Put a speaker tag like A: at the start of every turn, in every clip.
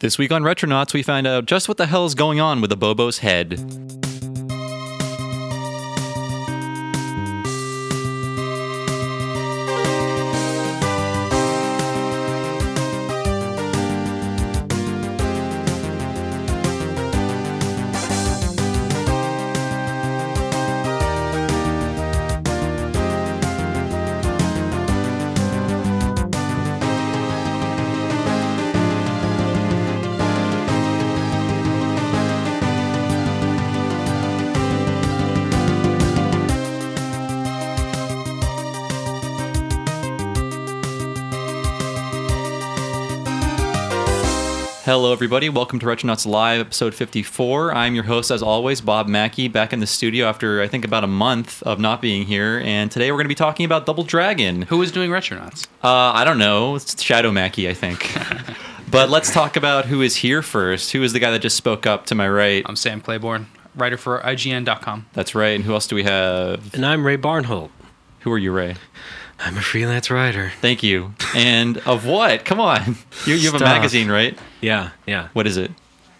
A: This week on Retronauts, we find out just what the hell is going on with the Bobo's head. Hello, everybody. Welcome to Retronauts Live, episode 54. I'm your host, as always, Bob Mackey, back in the studio after I think about a month of not being here. And today we're going to be talking about Double Dragon.
B: Who was doing Retronauts?
A: Uh, I don't know. It's Shadow Mackey, I think. but let's talk about who is here first. Who is the guy that just spoke up to my right?
B: I'm Sam Claiborne, writer for IGN.com.
A: That's right. And who else do we have?
C: And I'm Ray Barnholt.
A: Who are you, Ray?
C: I'm a freelance writer.
A: Thank you. And of what? Come on. You, you have a
C: Stuff.
A: magazine, right?
C: Yeah, yeah.
A: What is it?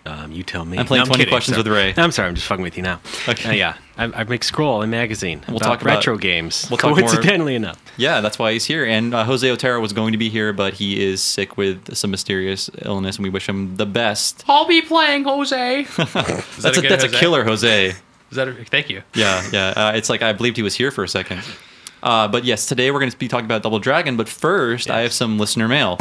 C: Um, you tell me.
A: I'm playing
C: No,
A: 20
C: kidding,
A: questions
C: sorry.
A: with Ray.
C: No, I'm sorry. I'm just fucking with you now.
A: Okay.
C: Uh, yeah, I, I make scroll a magazine.
A: We'll
C: about
A: talk about-
C: retro games.
A: we'll talk more-
C: coincidentally enough.
A: Yeah, that's why he's here. And uh, Jose Otero was going to be here, but he is sick with some mysterious illness, and we wish him the best.
B: I'll be playing Jose. Is that
A: that's a,
B: good
A: that's a
B: Jose?
A: killer, Jose.
B: Is that a, thank you.
A: Yeah, yeah. Uh, it's like I believed he was here for a second. Uh, but yes, today we're going to be talking about Double Dragon. But first, I have some listener mail.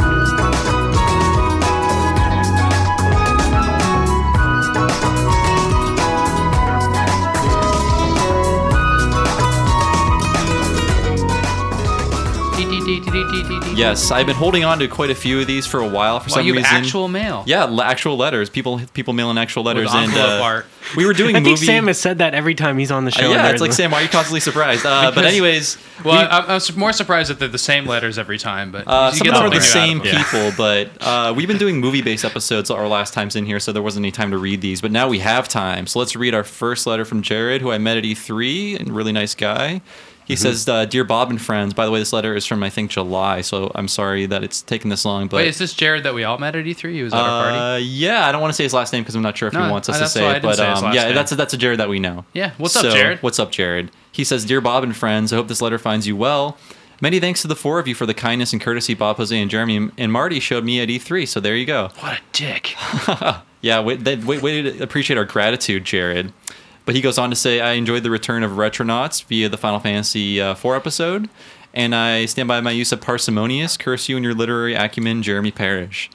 A: Yes, I've been holding on to quite a few of these for a while for
B: Well,
A: some
B: you have
A: reason.
B: actual mail.
A: yeah, l- actual letters. People people mail in actual letters and
B: envelope art.
A: we were doing
C: I
A: movie.
C: think Sam has said that every time he's on
A: Uh,
C: the show. and
A: yeah,
C: they're
A: it's
C: in
A: like
C: the-
A: Sam. Why are you constantly surprised? Uh, but
B: Because-
A: anyways,
B: Well,
A: we-
B: I, I'm su- more surprised that they're the same letters every time, but
A: Uh,
B: you
A: some
B: get
A: of them are the
B: something
A: same
B: out of them.
A: people, but uh, we've been doing movie-based episodes our last times in here, so there wasn't any time to read these. But now we have time, so let's read our first letter from Jared, who I met at E3, and really nice guy. He
B: Mm-hmm.
A: says, uh, "Dear Bob and friends, by the way, this letter is from I think July, so I'm sorry that it's taken this long, but."
B: Wait, is this Jared that we all met at E3? He was at our party.
A: uh, yeah, I don't want to say his last name because I'm not sure if he
B: No,
A: wants us
B: uh,
A: to
B: that's
A: say
B: why I
A: it.
B: didn't
A: But
B: say his
A: um,
B: last
A: yeah,
B: name.
A: that's a, that's a Jared that we know.
B: Yeah, what's up,
A: So,
B: Jared?
A: What's up, Jared? He says, "Dear Bob and friends, I hope this letter finds you well. Many thanks to the four of you for the kindness and courtesy Bob, Jose, and Jeremy and Marty showed me at E3. So there you go.
B: what a dick.
A: Yeah, we, they, we, we appreciate our gratitude, Jared. But he goes on to say, I enjoyed the return of Retronauts via the Final Fantasy uh, IV episode, and I stand by my use of parsimonious. Curse you and your literary acumen, Jeremy Parrish.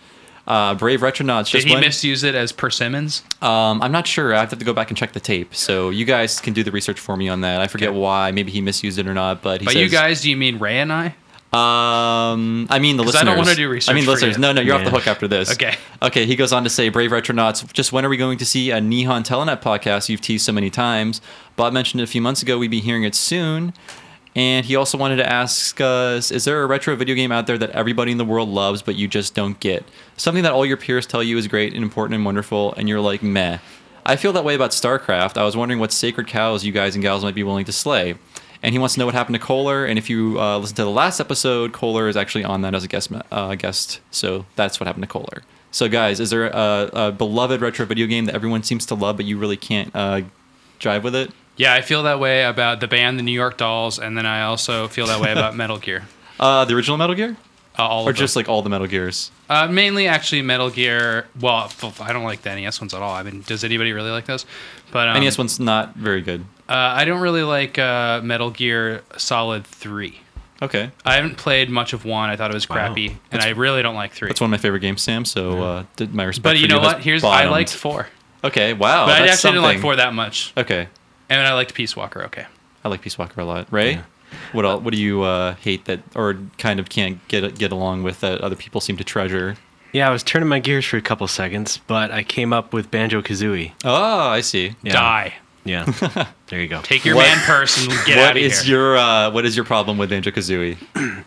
A: Uh, brave Retronauts.
B: Did
A: just
B: he
A: went-
B: misuse it as persimmons?
A: um, I'm not sure. I have to go back and check the tape. So you guys can do the research for me on that. I forget why. Maybe he misused it or not. But he
B: By
A: says,
B: you guys, do you mean Ray and I?
A: um, I mean the
B: 'Cause
A: listeners.
B: I don't wanna do
A: I
B: research
A: mean
B: for
A: listeners.
B: you.
A: No, no, you're off
C: Yeah.
A: the hook after this.
B: Okay.
A: Okay. He goes on to say, "Brave retronauts. Just when are we going to see a Nihon Telenet podcast you've teased so many times? Bob mentioned it a few months ago. We'd be hearing it soon." And he also wanted to ask us, is there a retro video game out there that everybody in the world loves but you just don't get? Something that all your peers tell you is great and important and wonderful, and you're like, meh. I feel that way about StarCraft. I was wondering what sacred cows you guys and gals might be willing to slay. And he wants to know what happened to Kohler. And if you uh, listen to the last episode, Kohler is actually on that as a guest. ma- Uh, guest. So that's what happened to Kohler. So, guys, is there a, a beloved retro video game that everyone seems to love but you really can't uh, drive with it?
B: Yeah, I feel that way about the band, the New York Dolls, and then I also feel that way about Metal Gear.
A: Uh, the original Metal Gear?
B: Uh, all
A: Or
B: of them.
A: just like all the Metal Gears?
B: Uh, mainly, actually, Metal Gear. Well, f- I don't like the NES ones at all. I mean, does anybody really like those? But um,
A: NES E one's not very good.
B: Uh, I don't really like uh, Metal Gear Solid Three.
A: Okay,
B: I haven't played much of one. I thought it was crappy, and I really don't like three.
A: that's one of my favorite games, Sam. So uh, did my respect.
B: but
A: for
B: you know
A: has
B: what? Here's I
A: bottomed.
B: liked four,
A: Okay, wow.
B: but I
A: Oh, that's
B: actually didn't like
A: something.
B: four that much,
A: Okay,
B: and I liked Peace Walker. Okay,
A: I like Peace Walker a lot. Ray, what else, what do you uh, hate that or kind of can't get get along with that other people seem to treasure?
C: yeah, I was turning my gears for a couple seconds, but I came up with Banjo Kazooie.
A: Oh, I see.
C: Yeah.
B: die.
C: Yeah. there you go.
B: Take your
A: What-
B: man purse and get
A: What
B: out of
A: is
B: here.
A: your uh, what is your problem with Banjo Kazooie?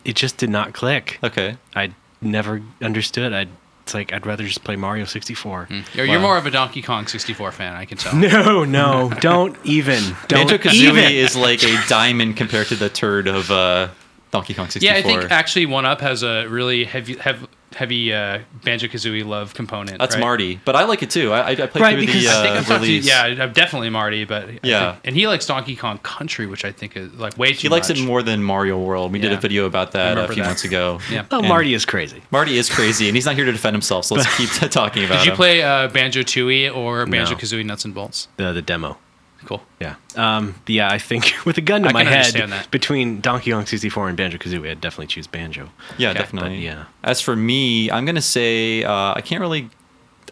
C: it just did not click.
A: Okay,
C: I never understood. I it's like I'd rather just play Mario 64.
B: You're, you're
A: Wow.
B: more of a Donkey Kong 64 fan, I can tell.
C: No, no, don't even. Don't
A: Banjo
C: even.
A: Kazooie is like a diamond compared to the turd of uh, Donkey Kong sixty
B: Yeah,
A: four.
B: I think actually One Up has a really heavy, hev heavy uh, Banjo Kazooie love component.
A: That's
B: right?
A: Marty, but I like it too. I, I I played
C: Right,
A: through
C: because
A: the
C: I
A: uh,
B: I think I'm talking
A: release.
B: to, yeah, I'm definitely Marty, but I
A: Yeah.
B: think- and he likes Donkey Kong Country, which I think is like way too.
A: he likes
B: much.
A: it more than Mario World. We did
B: Yeah.
A: a video about that a
B: remember
A: few
B: that.
A: months ago.
B: Yeah.
C: Oh,
A: And-
C: Marty is crazy.
A: Marty is crazy, and he's not here to defend himself. So let's keep talking about
B: Did you
A: him.
B: play uh, Banjo Tooie or
C: No.
B: Banjo Kazooie Nuts and Bolts?
C: The the demo.
B: Cool.
C: Yeah. Um, yeah, I think with a gun to
B: I
C: my
B: can
C: head
B: understand that.
C: between Donkey Kong 64 and Banjo Kazooie, I'd definitely choose Banjo.
A: Yeah,
B: Okay,
A: definitely.
C: but yeah.
A: As for me, I'm gonna say uh, I can't really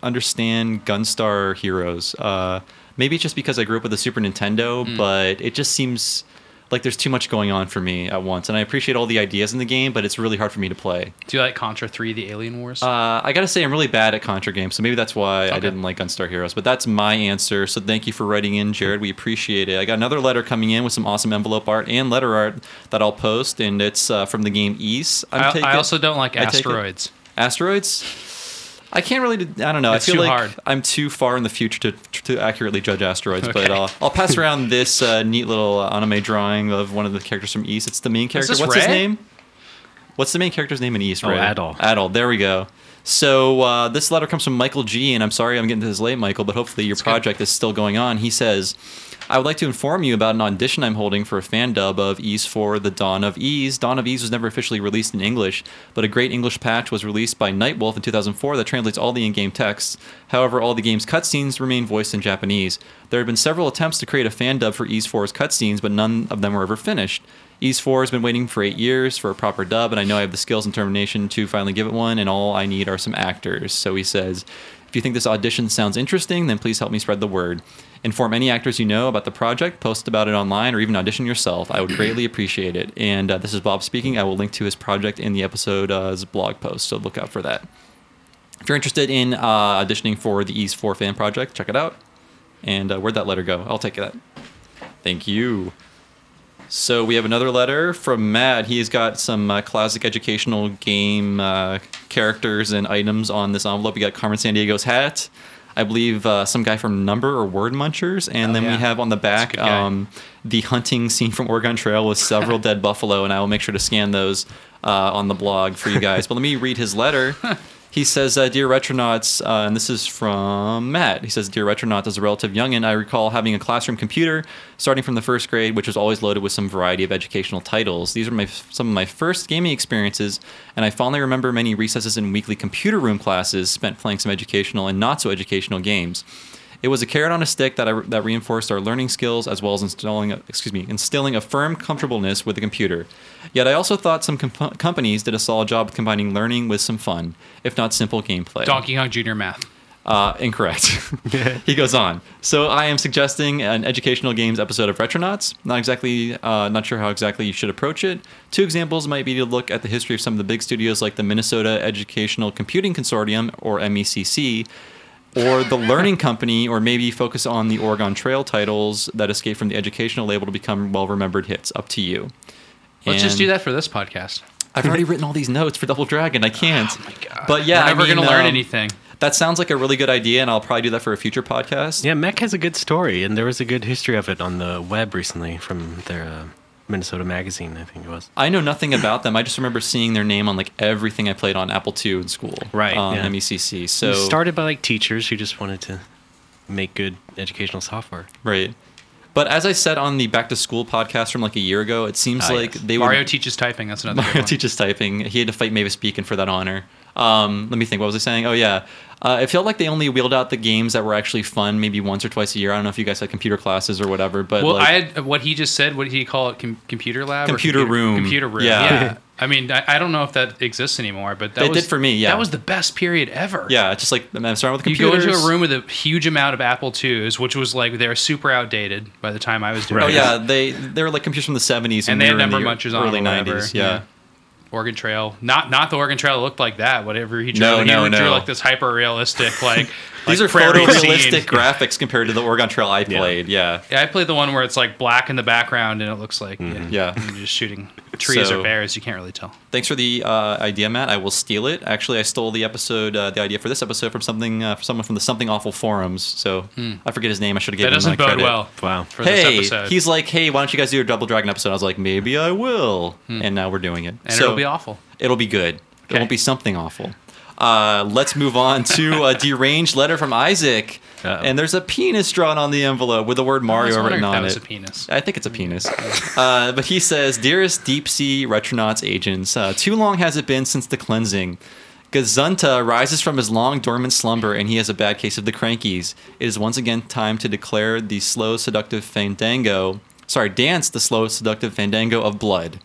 A: understand Gunstar Heroes. Uh, maybe it's just because I grew up with a Super Nintendo,
B: Hmm.
A: but it just seems like there's too much going on for me at once. And I appreciate all the ideas in the game, but it's really hard for me to play.
B: Do you like Contra Three: The Alien Wars?
A: Uh, I gotta say I'm really bad at Contra games, so maybe that's why I
B: Okay.
A: didn't like Gunstar Heroes. But that's my answer. So thank you for writing in, Jared. We appreciate it. I got another letter coming in with some awesome envelope art and letter art that I'll post, and it's uh, from the game East. I'm
B: I,
A: taking-
B: I also don't like
A: I take it.
B: asteroids.
A: asteroids i can't really i don't know
B: It's
A: i feel
B: too
A: like
B: hard.
A: i'm too far in the future to to accurately judge asteroids but
B: Okay.
A: uh, i'll pass around this uh, neat little uh, anime drawing of one of the characters from east it's the main character
B: this
A: what's his
B: Ray?
A: name what's the main character's name in east
C: Oh,
A: right
C: Adol.
A: adol there we go so uh, this letter comes from michael g and i'm sorry i'm getting to this late michael but hopefully your
B: good.
A: project is still going on he says I would like to inform you about an audition I'm holding for a fan dub of Ease for The Dawn of Ease. Dawn of Ease was never officially released in English, but a great English patch was released by Nightwolf in 2004 that translates all the in game texts. However, all the game's cutscenes remain voiced in Japanese. There have been several attempts to create a fan dub for Ease 4's cutscenes, but none of them were ever finished. Ease 4 has been waiting for eight years for a proper dub, and I know I have the skills and determination to finally give it one, and all I need are some actors. So he says, if you think this audition sounds interesting, then please help me spread the word. Inform any actors you know about the project, post about it online, or even audition yourself. I would greatly appreciate it. And uh, this is Bob speaking. I will link to his project in the episode's blog post, so look out for that. If you're interested in uh, auditioning for the East 4 fan project, check it out. And uh, where'd that letter go? I'll take that. Thank you. So we have another letter from Matt. He's got some uh, classic educational game uh, characters and items on this envelope. We got Carmen San Diego's hat. I believe uh, some guy from Number or Word Munchers, and then
B: yeah.
A: we have on the back
B: good guy.
A: um, the hunting scene from Oregon Trail with several dead buffalo, and I will make sure to scan those uh, on the blog for you guys. but let me read his letter. He says, uh, Dear Retronauts, uh, and this is from Matt. He says, Dear Retronauts, as a relative youngin', I recall having a classroom computer starting from the first grade, which was always loaded with some variety of educational titles. These were my, some of my first gaming experiences, and I fondly remember many recesses and weekly computer room classes spent playing some educational and not so educational games. It was a carrot on a stick that I, that reinforced our learning skills as well as installing, excuse me, instilling a firm comfortableness with the computer. Yet I also thought some comp- companies did a solid job of combining learning with some fun, if not simple gameplay.
B: Donkey Kong Junior Math.
A: Uh, incorrect. he goes on. So I am suggesting an educational games episode of Retronauts. Not exactly, uh, not sure how exactly you should approach it. Two examples might be to look at the history of some of the big studios like the Minnesota Educational Computing Consortium or MECC, or the Learning Company, or maybe focus on the Oregon Trail titles that escape from the educational label to become well-remembered hits. Up to you.
B: Let's just
A: And-
B: do that for this podcast.
A: I've already written all these notes for Double Dragon. I can't.
B: Oh my god.
A: But yeah,
B: we're
A: I
B: never
A: mean,
B: gonna learn
A: um,
B: anything.
A: That sounds like a really good idea, and I'll probably do that for a future podcast.
C: Yeah, Mech has a good story, and there was a good history of it on the web recently from their uh, Minnesota magazine, I think it was.
A: I know nothing about them. I just remember seeing their name on like everything I played on Apple II in school.
C: Right,
A: On
C: yeah.
A: MECC.
C: It
A: So
C: was started by like teachers who just wanted to make good educational software.
A: right. But as I said on the back to school podcast from like a year ago, it seems
C: Ah,
A: like
C: yes.
A: they
B: Mario
A: would
B: teaches typing. That's another.
A: Mario
B: Mario teaches.
A: teaches typing. He had to fight Mavis Beacon for that honor. Um, let me think. What was I saying? Oh yeah, uh, it felt like they only wheeled out the games that were actually fun, maybe once or twice a year. I don't know if you guys had computer classes or whatever, but
B: Well,
A: like,
B: I had uh, what he just said. What did he call it? Com- computer lab. or
A: Computer room.
B: Computer room.
A: Yeah.
B: Yeah. I mean, I, I don't know if that exists anymore, but that
A: It did
B: was,
A: for me, yeah.
B: that was the best period ever.
A: yeah, it's just like I'm starting with
B: You
A: computers.
B: go into a room with a huge amount of Apple IIs, which was like they were super outdated by the time I was doing.
A: Oh
C: Right.
B: it.
A: yeah, they they were like computers from the '70s,
B: and they
A: we
B: had
A: were in
B: number
A: the
B: munchers on
A: early
B: or whatever.
A: '90s. Yeah.
B: Oregon Trail, not not the Oregon Trail looked like that. Whatever he drew,
A: No,
B: he
A: no,
B: drew
A: no.
B: like this hyper realistic like.
A: These
B: like
A: are
B: prairie scene.
A: photorealistic graphics compared to the Oregon Trail I played. Yeah.
B: Yeah, I played the one where it's like black in the background and it looks like
A: Mm-hmm. Yeah.
B: and you're just shooting trees
A: So-
B: or bears. You can't really tell.
A: Thanks for the uh, idea, Matt. I will steal it. Actually, I stole the episode, uh, the idea for this episode from something, uh, from someone from the Something Awful forums. So I forget his name. I should have given
B: Hmm. That
A: him
B: doesn't
A: that
B: bode
A: credit.
B: well.
C: Wow.
B: for
A: Hey,
B: this episode.
A: he's like, hey, why don't you guys do a Double Dragon episode? I was like, maybe I will, and now we're doing it.
B: Hmm. and
A: so
B: it'll be awful.
A: It'll be good. It
B: Okay.
A: won't be something awful. Uh, let's move on to a deranged letter from Isaac.
C: Uh-oh.
A: And there's a penis drawn on the envelope with the word Mario
B: I was
A: written
B: wondering if
A: on
B: that was
A: it.
B: a penis.
A: I think it's a penis. Uh, but he says, Dearest Deep Sea Retronauts agents, uh, too long has it been since the cleansing. Gazunta rises from his long dormant slumber, and he has a bad case of the crankies. It is once again time to declare the slow, seductive fandango. Sorry, dance the slow, seductive fandango of blood.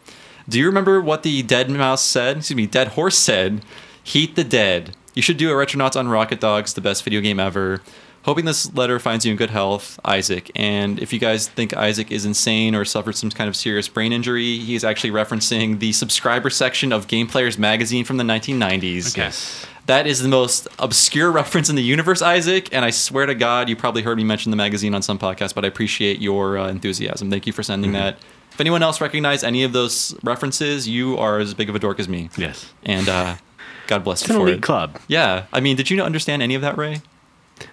A: Do you remember what the dead mouse said? Excuse me, dead horse said, Heat the dead. You should do a Retronauts on Rocket Dogs, the best video game ever. Hoping this letter finds you in good health, Isaac. And if you guys think Isaac is insane or suffered some kind of serious brain injury, he is actually referencing the subscriber section of Game Players magazine from the 1990s.
B: Okay.
C: Yes.
A: That is the most obscure reference in the universe, Isaac. And I swear to God, you probably heard me mention the magazine on some podcast, but I appreciate your uh, enthusiasm. Thank you for sending
C: Mm-hmm.
A: that. If anyone else recognized any of those references, you are as big of a dork as me.
C: Yes.
A: And uh, God bless
C: It's
A: you
C: an
A: for
C: elite
A: it.
C: club.
A: Yeah. I mean, did you understand any of that, Ray?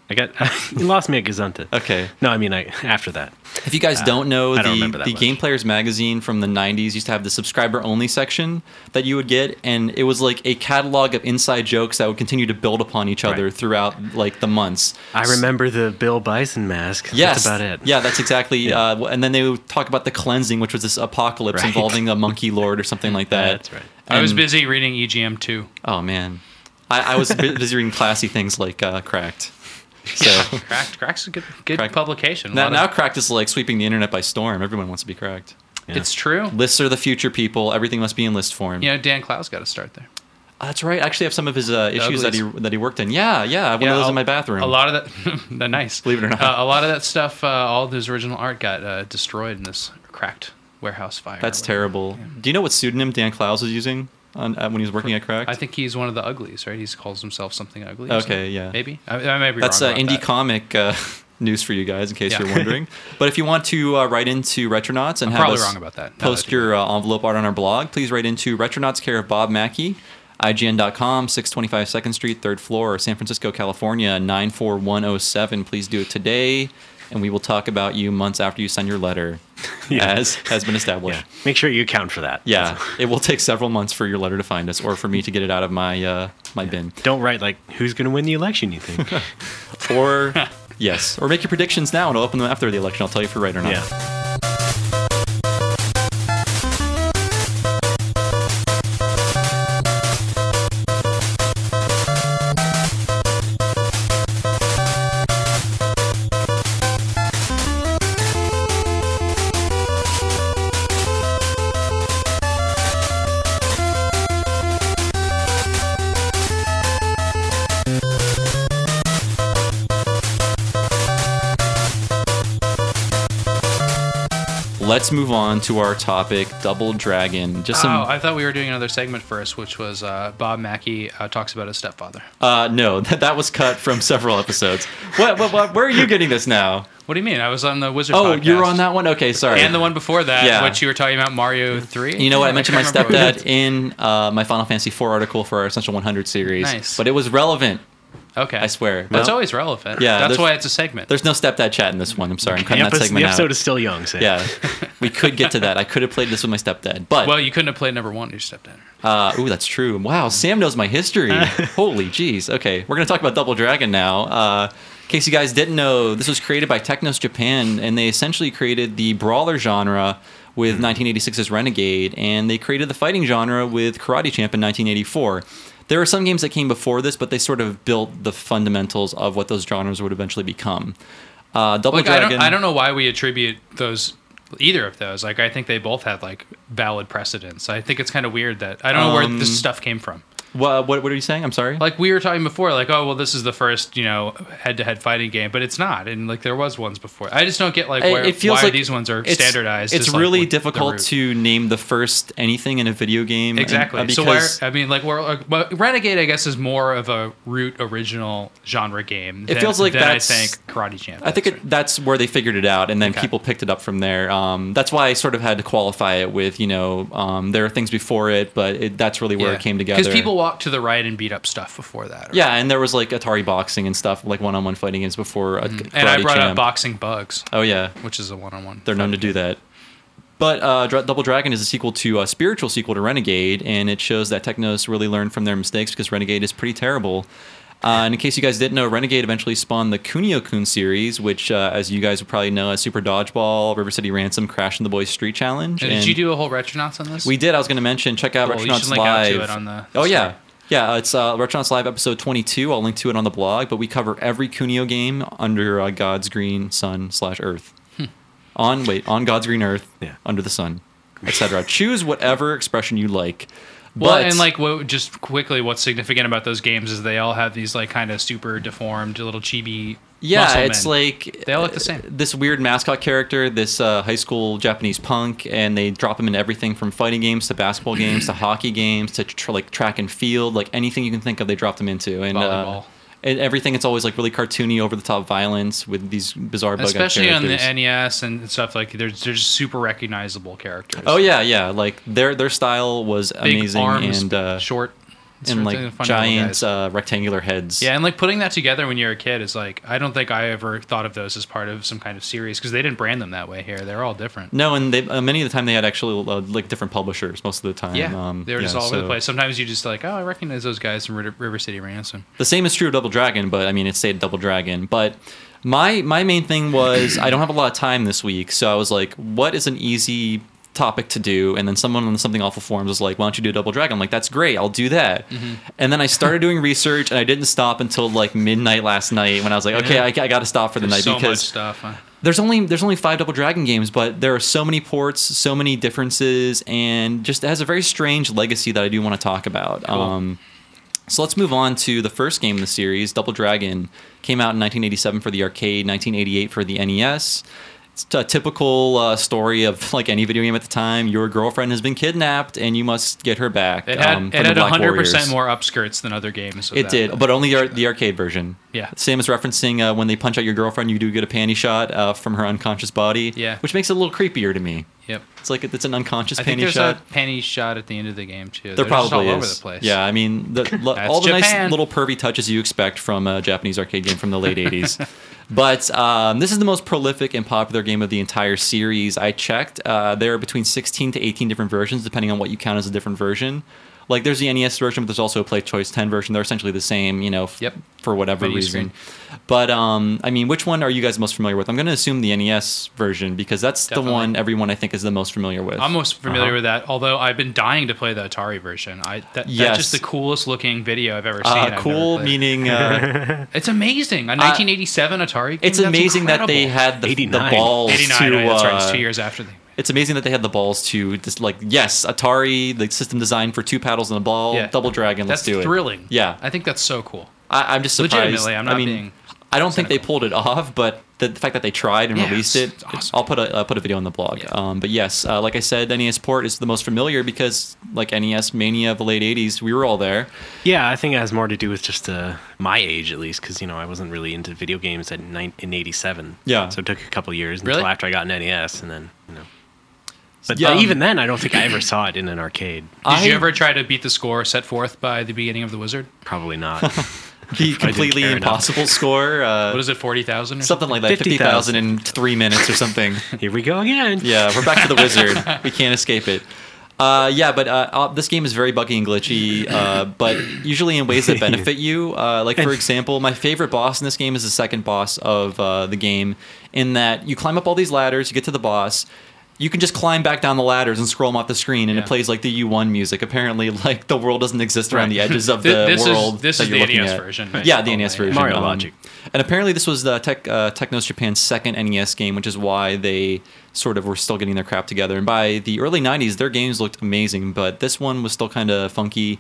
C: I got you lost me at Gazunta.
A: Okay.
C: No, I mean I after that.
A: If you guys don't know,
C: Uh, I don't
A: the,
C: remember that
A: the
C: much.
A: Game Players magazine from the 90s used to have the subscriber only section that you would get, and it was like a catalog of inside jokes that would continue to build upon each other
C: Right.
A: throughout like the months.
C: I remember the Bill Bison mask.
A: Yes.
C: That's about it.
A: Yeah, that's exactly.
C: Yeah.
A: Uh, w- and then they would talk about the cleansing, which was this apocalypse
C: Right.
A: involving a monkey lord or something like that.
C: That's right.
B: I was
A: And-
B: busy reading EGM two.
A: Oh man, I, I was bu- busy reading classy things like uh, Cracked. So
B: Cracked, Crack's a good, good
A: Cracked.
B: publication. A
A: now,
B: lot
A: now
B: of-
A: Cracked is like sweeping the internet by storm. Everyone wants to be Cracked.
C: Yeah.
B: it's true.
A: Lists are the future, people. Everything must be in list form. Uh,
B: You know, Dan Clow's got to start there.
A: That's right. I actually have some of his uh, issues that he
B: uglies.
A: that he worked in. Yeah, yeah. I have One of
B: Yeah,
A: those
B: a-
A: in my bathroom.
B: A lot of that, they're nice.
A: Believe it or not.
B: uh, a lot of that stuff, uh, all of his original art got uh, destroyed in this cracked warehouse fire.
A: That's
B: Like,
A: terrible. Do you know what pseudonym Dan Clowes was using on, uh, when he was working at Cracked?
B: I think he's one of the uglies, right? He calls himself something ugly. or
A: Okay,
B: something.
A: yeah.
B: Maybe I, I may be
A: That's uh,
B: wrong about
A: indie
B: that.
A: comic uh, news for you guys, in case
B: Yeah.
A: you're wondering. but if you want to uh, write into Retronauts and
B: I'm
A: have
B: probably
A: us
B: wrong about that. No,
A: post
B: that'd be
A: your uh, envelope art on our blog, please write into Retronauts care of Bob Mackey, IGN.com, 625 Second Street, third floor, San Francisco, California, 94107. Please do it today, and we will talk about you months after you send your letter,
C: Yeah.
A: as has been established.
C: Yeah. Make sure you count for that.
A: Yeah, it will take several months for your letter to find us, or for me to get it out of my uh, my bin.
C: Don't write like who's going to win the election. You think?
A: Or yes, or make your predictions now, and I'll open them after the election. I'll tell you if you're right or not.
C: yeah.
A: Let's move on to our topic: Double Dragon. Just some.
B: Oh, I thought we were doing another segment first, which was uh, Bob Mackey uh, talks about his stepfather.
A: uh, no, that, that was cut from several episodes. what, what, what? Where are you getting this now?
B: What do you mean? I was on the Wizard.
A: Oh, you were
B: podcast.
A: on that one. Okay, sorry.
B: And the one before that,
A: Yeah.
B: which you were talking about, Mario Three.
A: You know what? I mentioned my
B: can't remember what it
A: stepdad in uh, my Final Fantasy IV article for our Essential 100 series.
B: Nice.
A: But it was relevant.
B: was. Okay,
A: I swear.
B: that's
A: No.
B: always relevant.
A: Yeah,
B: that's
A: there's-
B: why it's a segment.
A: There's no stepdad chat in this one. I'm sorry. I'm
C: The,
A: cutting that
C: episode,
A: segment
C: the episode
A: out.
C: is still young. So
A: Yeah, we could get to that. I could have played this with my stepdad, but
B: Well, you couldn't have played number one. You stepped in.
A: uh, ooh, that's true. Wow, Sam knows my history. Holy jeez. Okay, we're gonna talk about Double Dragon now. Uh, in case you guys didn't know, this was created by Technos Japan, and they essentially created the brawler genre
B: Hmm.
A: with 1986's Renegade, and they created the fighting genre with Karate Champ in 1984. There were some games that came before this, but they sort of built the fundamentals of what those genres would eventually become. Uh, Double
B: Like I
A: Dragon.
B: don't, I don't know why we attribute those either of those. Like I think they both had like valid precedents. I think it's kind of weird that I don't know where
A: Um,
B: this stuff came from.
A: Wha- what, what are you saying? I'm sorry.
B: Like we were talking before, like oh well, this is the first you know head-to-head fighting game, but it's not. And like there was ones before. I just don't get like
A: I-
B: where,
A: it feels
B: why
A: like
B: these ones are
A: it's-
B: standardized.
A: It's
B: just, like,
A: really
B: with the
A: difficult
B: root.
A: to name the first anything in a video game. and-
B: Exactly.
A: uh,
B: so why?
A: because
B: I mean, like, we're like, but Renegade, I guess, is more of a root original genre game.
A: It feels like
B: than I
A: that's-
B: think Karate Champ.
A: I think
B: is.
A: it, that's where they figured it out, and then
B: Okay.
A: people picked it up from there. Um, that's why I sort of had to qualify it with, you know, um, there are things before it, but it, that's really where it came together.
B: Because people walked to the right and beat up stuff before that. or-
A: yeah, and there was like Atari boxing and stuff, like one-on-one fighting games before. uh,
B: Mm-hmm. And I
A: Karate
B: brought
A: Champ.
B: up Boxing Bugs,
A: Oh yeah,
B: which is a one on one.
A: they're known to do that. But uh, Dra- Double Dragon is a sequel to a spiritual sequel to Renegade, and it shows that Technos really learned from their mistakes because Renegade is pretty terrible. Uh, and in case you guys didn't know, Renegade eventually spawned the Kunio Kun series, which, uh, as you guys would probably know, as Super Dodgeball, River City Ransom, Crash in the Boys Street Challenge.
B: Did
A: and
B: you do a whole Retronauts on this?
A: We did. I was going to mention check out
B: Cool, you should
A: Retronauts
B: link out
A: Live.
B: to it on the
A: oh yeah,
B: story.
A: yeah. It's uh, Retronauts Live episode 22. I'll link to it on the blog. But we cover every Kunio game under uh, God's green sun slash earth.
B: Hmm.
A: On wait on God's green earth.
C: Yeah.
A: Under the sun, etc. Choose whatever expression you like.
B: Well,
A: but,
B: and like what, just quickly, what's significant about those games is they all have these like kind of super deformed little chibi.
A: Yeah,
B: muscle
A: it's
B: men.
A: like uh,
B: They all look the same.
A: This weird mascot character, this uh, high school Japanese punk, and they drop him in everything from fighting games to basketball games to hockey games to tr- like track and field, like anything you can think of, they dropped him into. And uh,
B: Volleyball.
A: and everything, it's always like really cartoony, over the top violence with these bizarre bug
B: especially on the
A: characters.
B: NES and stuff like there's there's super recognizable characters.
A: oh yeah, yeah, like their their style was
B: big
A: amazing
B: arms,
A: and uh,
B: short, sort
A: and
B: of thing,
A: like
B: funny little
A: giant
B: guys.
A: uh, rectangular heads.
B: yeah, and like putting that together when you're a kid is like I don't think I ever thought of those as part of some kind of series because they didn't brand them that way here. They're all different.
A: No, and they, uh, many of the time they had actually uh, like different publishers most of the time.
B: Yeah,
A: um,
B: they were just
A: yeah,
B: all over
A: so-
B: the place. Sometimes you just like, oh, I recognize those guys from Ri- River City Ransom.
A: The same is true of Double Dragon, but I mean, it stayed Double Dragon. But my my main thing was I don't have a lot of time this week, so I was like, what is an easy topic to do? And then someone on the something awful forums was like, why don't you do Double Dragon? I'm like, that's great, I'll do that.
B: Mm-hmm.
A: And then I started doing research, and I didn't stop until like midnight last night when I was like, okay, I, got to stop for the night
B: so much
A: because
B: stuff. Huh?
A: there's only there's only five Double Dragon games, but there are so many ports, so many differences, and just it has a very strange legacy that I do want to talk about. Um, so let's move on to the first game in the series. Double Dragon came out in 1987 for the arcade, 1988 for the NES. It's a typical uh, story of like any video game at the time. Your girlfriend has been kidnapped, and you must get her back.
B: It had
A: um, from
B: it
A: the
B: had
A: Black
B: 100
A: Warriors.
B: percent more upskirts than other games. of
A: It
B: that.
A: did, but only the, ar- the arcade version.
B: Yeah.
A: Sam is referencing uh, when they punch out your girlfriend, you do get a panty shot uh, from her unconscious body.
B: Yeah.
A: Which makes it a little creepier to me.
B: yep.
A: It's like it's an unconscious
B: I think
A: panty
B: there's
A: shot.
B: a panty shot at the end of the game
A: there
B: too. They're just
A: probably
B: all
A: is.
B: over the place.
A: Yeah, I mean, the, lo-
B: That's
A: all the nice
B: Japan.
A: little pervy touches you expect from a Japanese arcade game from the late '80s. But um, this is the most prolific and popular game of the entire series. I checked; uh, there are between 16 to 18 different versions, depending on what you count as a different version. Like, there's the NES version, but there's also a Play Choice 10 version. They're essentially the same, you know, f-
B: Yep.
A: for whatever
B: Video
A: reason. But um, I mean, which one are you guys most familiar with? I'm going to assume the NES version because that's the
B: Definitely.
A: one everyone I think is the most familiar with.
B: I'm most familiar
C: Uh-huh.
B: with that. Although I've been dying to play the Atari version. I that,
A: Yes.
B: that's just the coolest looking video I've ever seen. I've
A: uh,
B: never
A: cool,
B: played.
A: meaning uh,
B: it's amazing. A 1987 Atari. Game,
A: It's
B: that's
A: amazing that they
B: incredible.
A: had the, the
C: 89.
A: balls
B: 89.
A: to.
B: right, that's right. It's
A: uh,
B: two years after the.
A: It's amazing that they had the balls to just like yes, Atari, the system designed for two paddles and a ball,
B: Yeah.
A: Double Dragon.
B: That's
A: let's do
B: thrilling.
A: it. Yeah,
B: I think that's so cool.
A: I, I'm just surprised.
B: Legitimately, I'm not
A: I mean,
B: being
A: I don't think they
B: cynical.
A: pulled it off, but the, the fact that they tried and
B: Yeah,
A: released
B: it's-
A: it,
B: it's awesome.
A: I'll put a uh, put a video on the blog.
B: Yeah.
A: Um, but yes, uh, like I said, NES port is the most familiar because like NES mania of the late '80s, we were all there.
C: Yeah, I think it has more to do with just uh, my age, at least, because you know I wasn't really into video games at nine in '87.
A: Yeah.
C: so it took a couple years
B: Really?
C: until after I got an NES, and then you know. But
A: Yeah. um,
C: uh, even then, I don't think I ever saw it in an arcade.
B: Did
A: I-
B: you ever try to beat the score set forth by the beginning of the Wizard?
C: Probably not.
A: The completely
C: care enough.
A: impossible score, uh,
B: What is it, forty thousand?
A: something like that, fifty
C: 50,000.
A: thousand in three minutes or something.
C: Here we go again.
A: Yeah, we're back to the wizard. We can't escape it. Uh, yeah, but uh, uh, this game is very buggy and glitchy, uh, but usually in ways that benefit you. Uh, like for example, my favorite boss in this game is the second boss of uh, the game, in that you climb up all these ladders, you get to the boss. You can just climb back down the ladders and scroll them off the screen, and it
B: Yeah.
A: plays like the U1 music. Apparently, like the world doesn't exist around
B: Right.
A: the edges of
B: Thi-
A: the
B: this is-
A: world.
B: this
A: that
B: is
A: you're
B: the
A: looking
B: NES
A: at.
B: version,
A: Yeah, the
B: basically.
A: NES version. um,
C: Mario Logic.
A: And apparently, this was the Tech, uh, Technos Japan's second NES game, which is why they sort of were still getting their crap together. And by the early 90s, their games looked amazing, but this one was still kind of funky.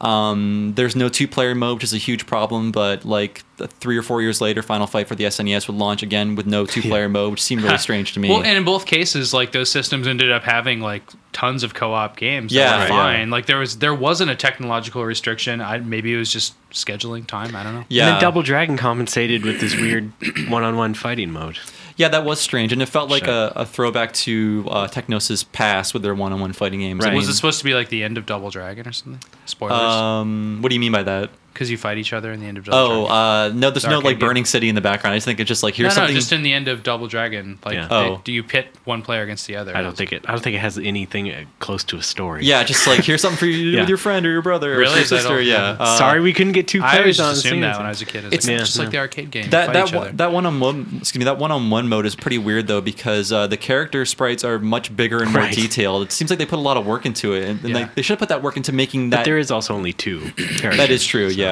A: Um, there's no two player mode, which is a huge problem, but like th- three or four years later, Final Fight for the SNES would launch again with no two player mode, which seemed really strange to me.
B: Well, and in both cases, like those systems ended up having like tons of co-op games. that
A: Yeah,
B: were
A: yeah.
B: fine. Like there was there wasn't a technological restriction. I maybe it was just scheduling time. I don't know.
A: yeah.
C: And then Double Dragon compensated with this weird one-on-one fighting mode.
A: Yeah, that was strange, and it felt like
C: Sure.
A: a, a throwback to uh, Technos' past with their one-on-one fighting games. I
C: Right.
B: Was
A: mean,
B: it supposed to be like the end of Double Dragon or something? Spoilers.
A: um, what do you mean by that?
B: Because you fight each other in the end of Double
A: Oh,
B: Dragon.
A: uh, no, there's
B: The
A: no
B: arcade
A: like
B: game.
A: Burning City in the background. I just think it's just like
B: no,
A: here's
B: no,
A: something.
B: just in the end of Double Dragon. Like,
C: Yeah.
B: they-
A: Oh.
B: do you pit one player against the other?
C: I don't think it. I don't think it has anything uh, close to a story.
A: yeah, just like here's something for you to do
C: Yeah.
A: with your friend or your brother or
B: Really?
A: your
B: Is that all?
A: sister. Yeah. Uh,
C: Sorry, we couldn't get two
B: I always
C: players on
B: just
C: the same
B: assumed that
C: time.
B: when I was a kid. It's,
A: It's-
B: like,
C: yeah,
B: just
C: no.
B: like the arcade game. you
A: that
B: fight
A: that
B: each other.
A: one, that one on one excuse me that one on one mode is pretty weird though because uh, the character sprites are much bigger and more
C: Right.
A: detailed. It seems like they put a lot of work into it, and, and
B: Yeah.
A: like, they should have put that work into making
C: But
A: that.
C: there is also only two. characters,
A: that is true,
C: so-
A: yeah.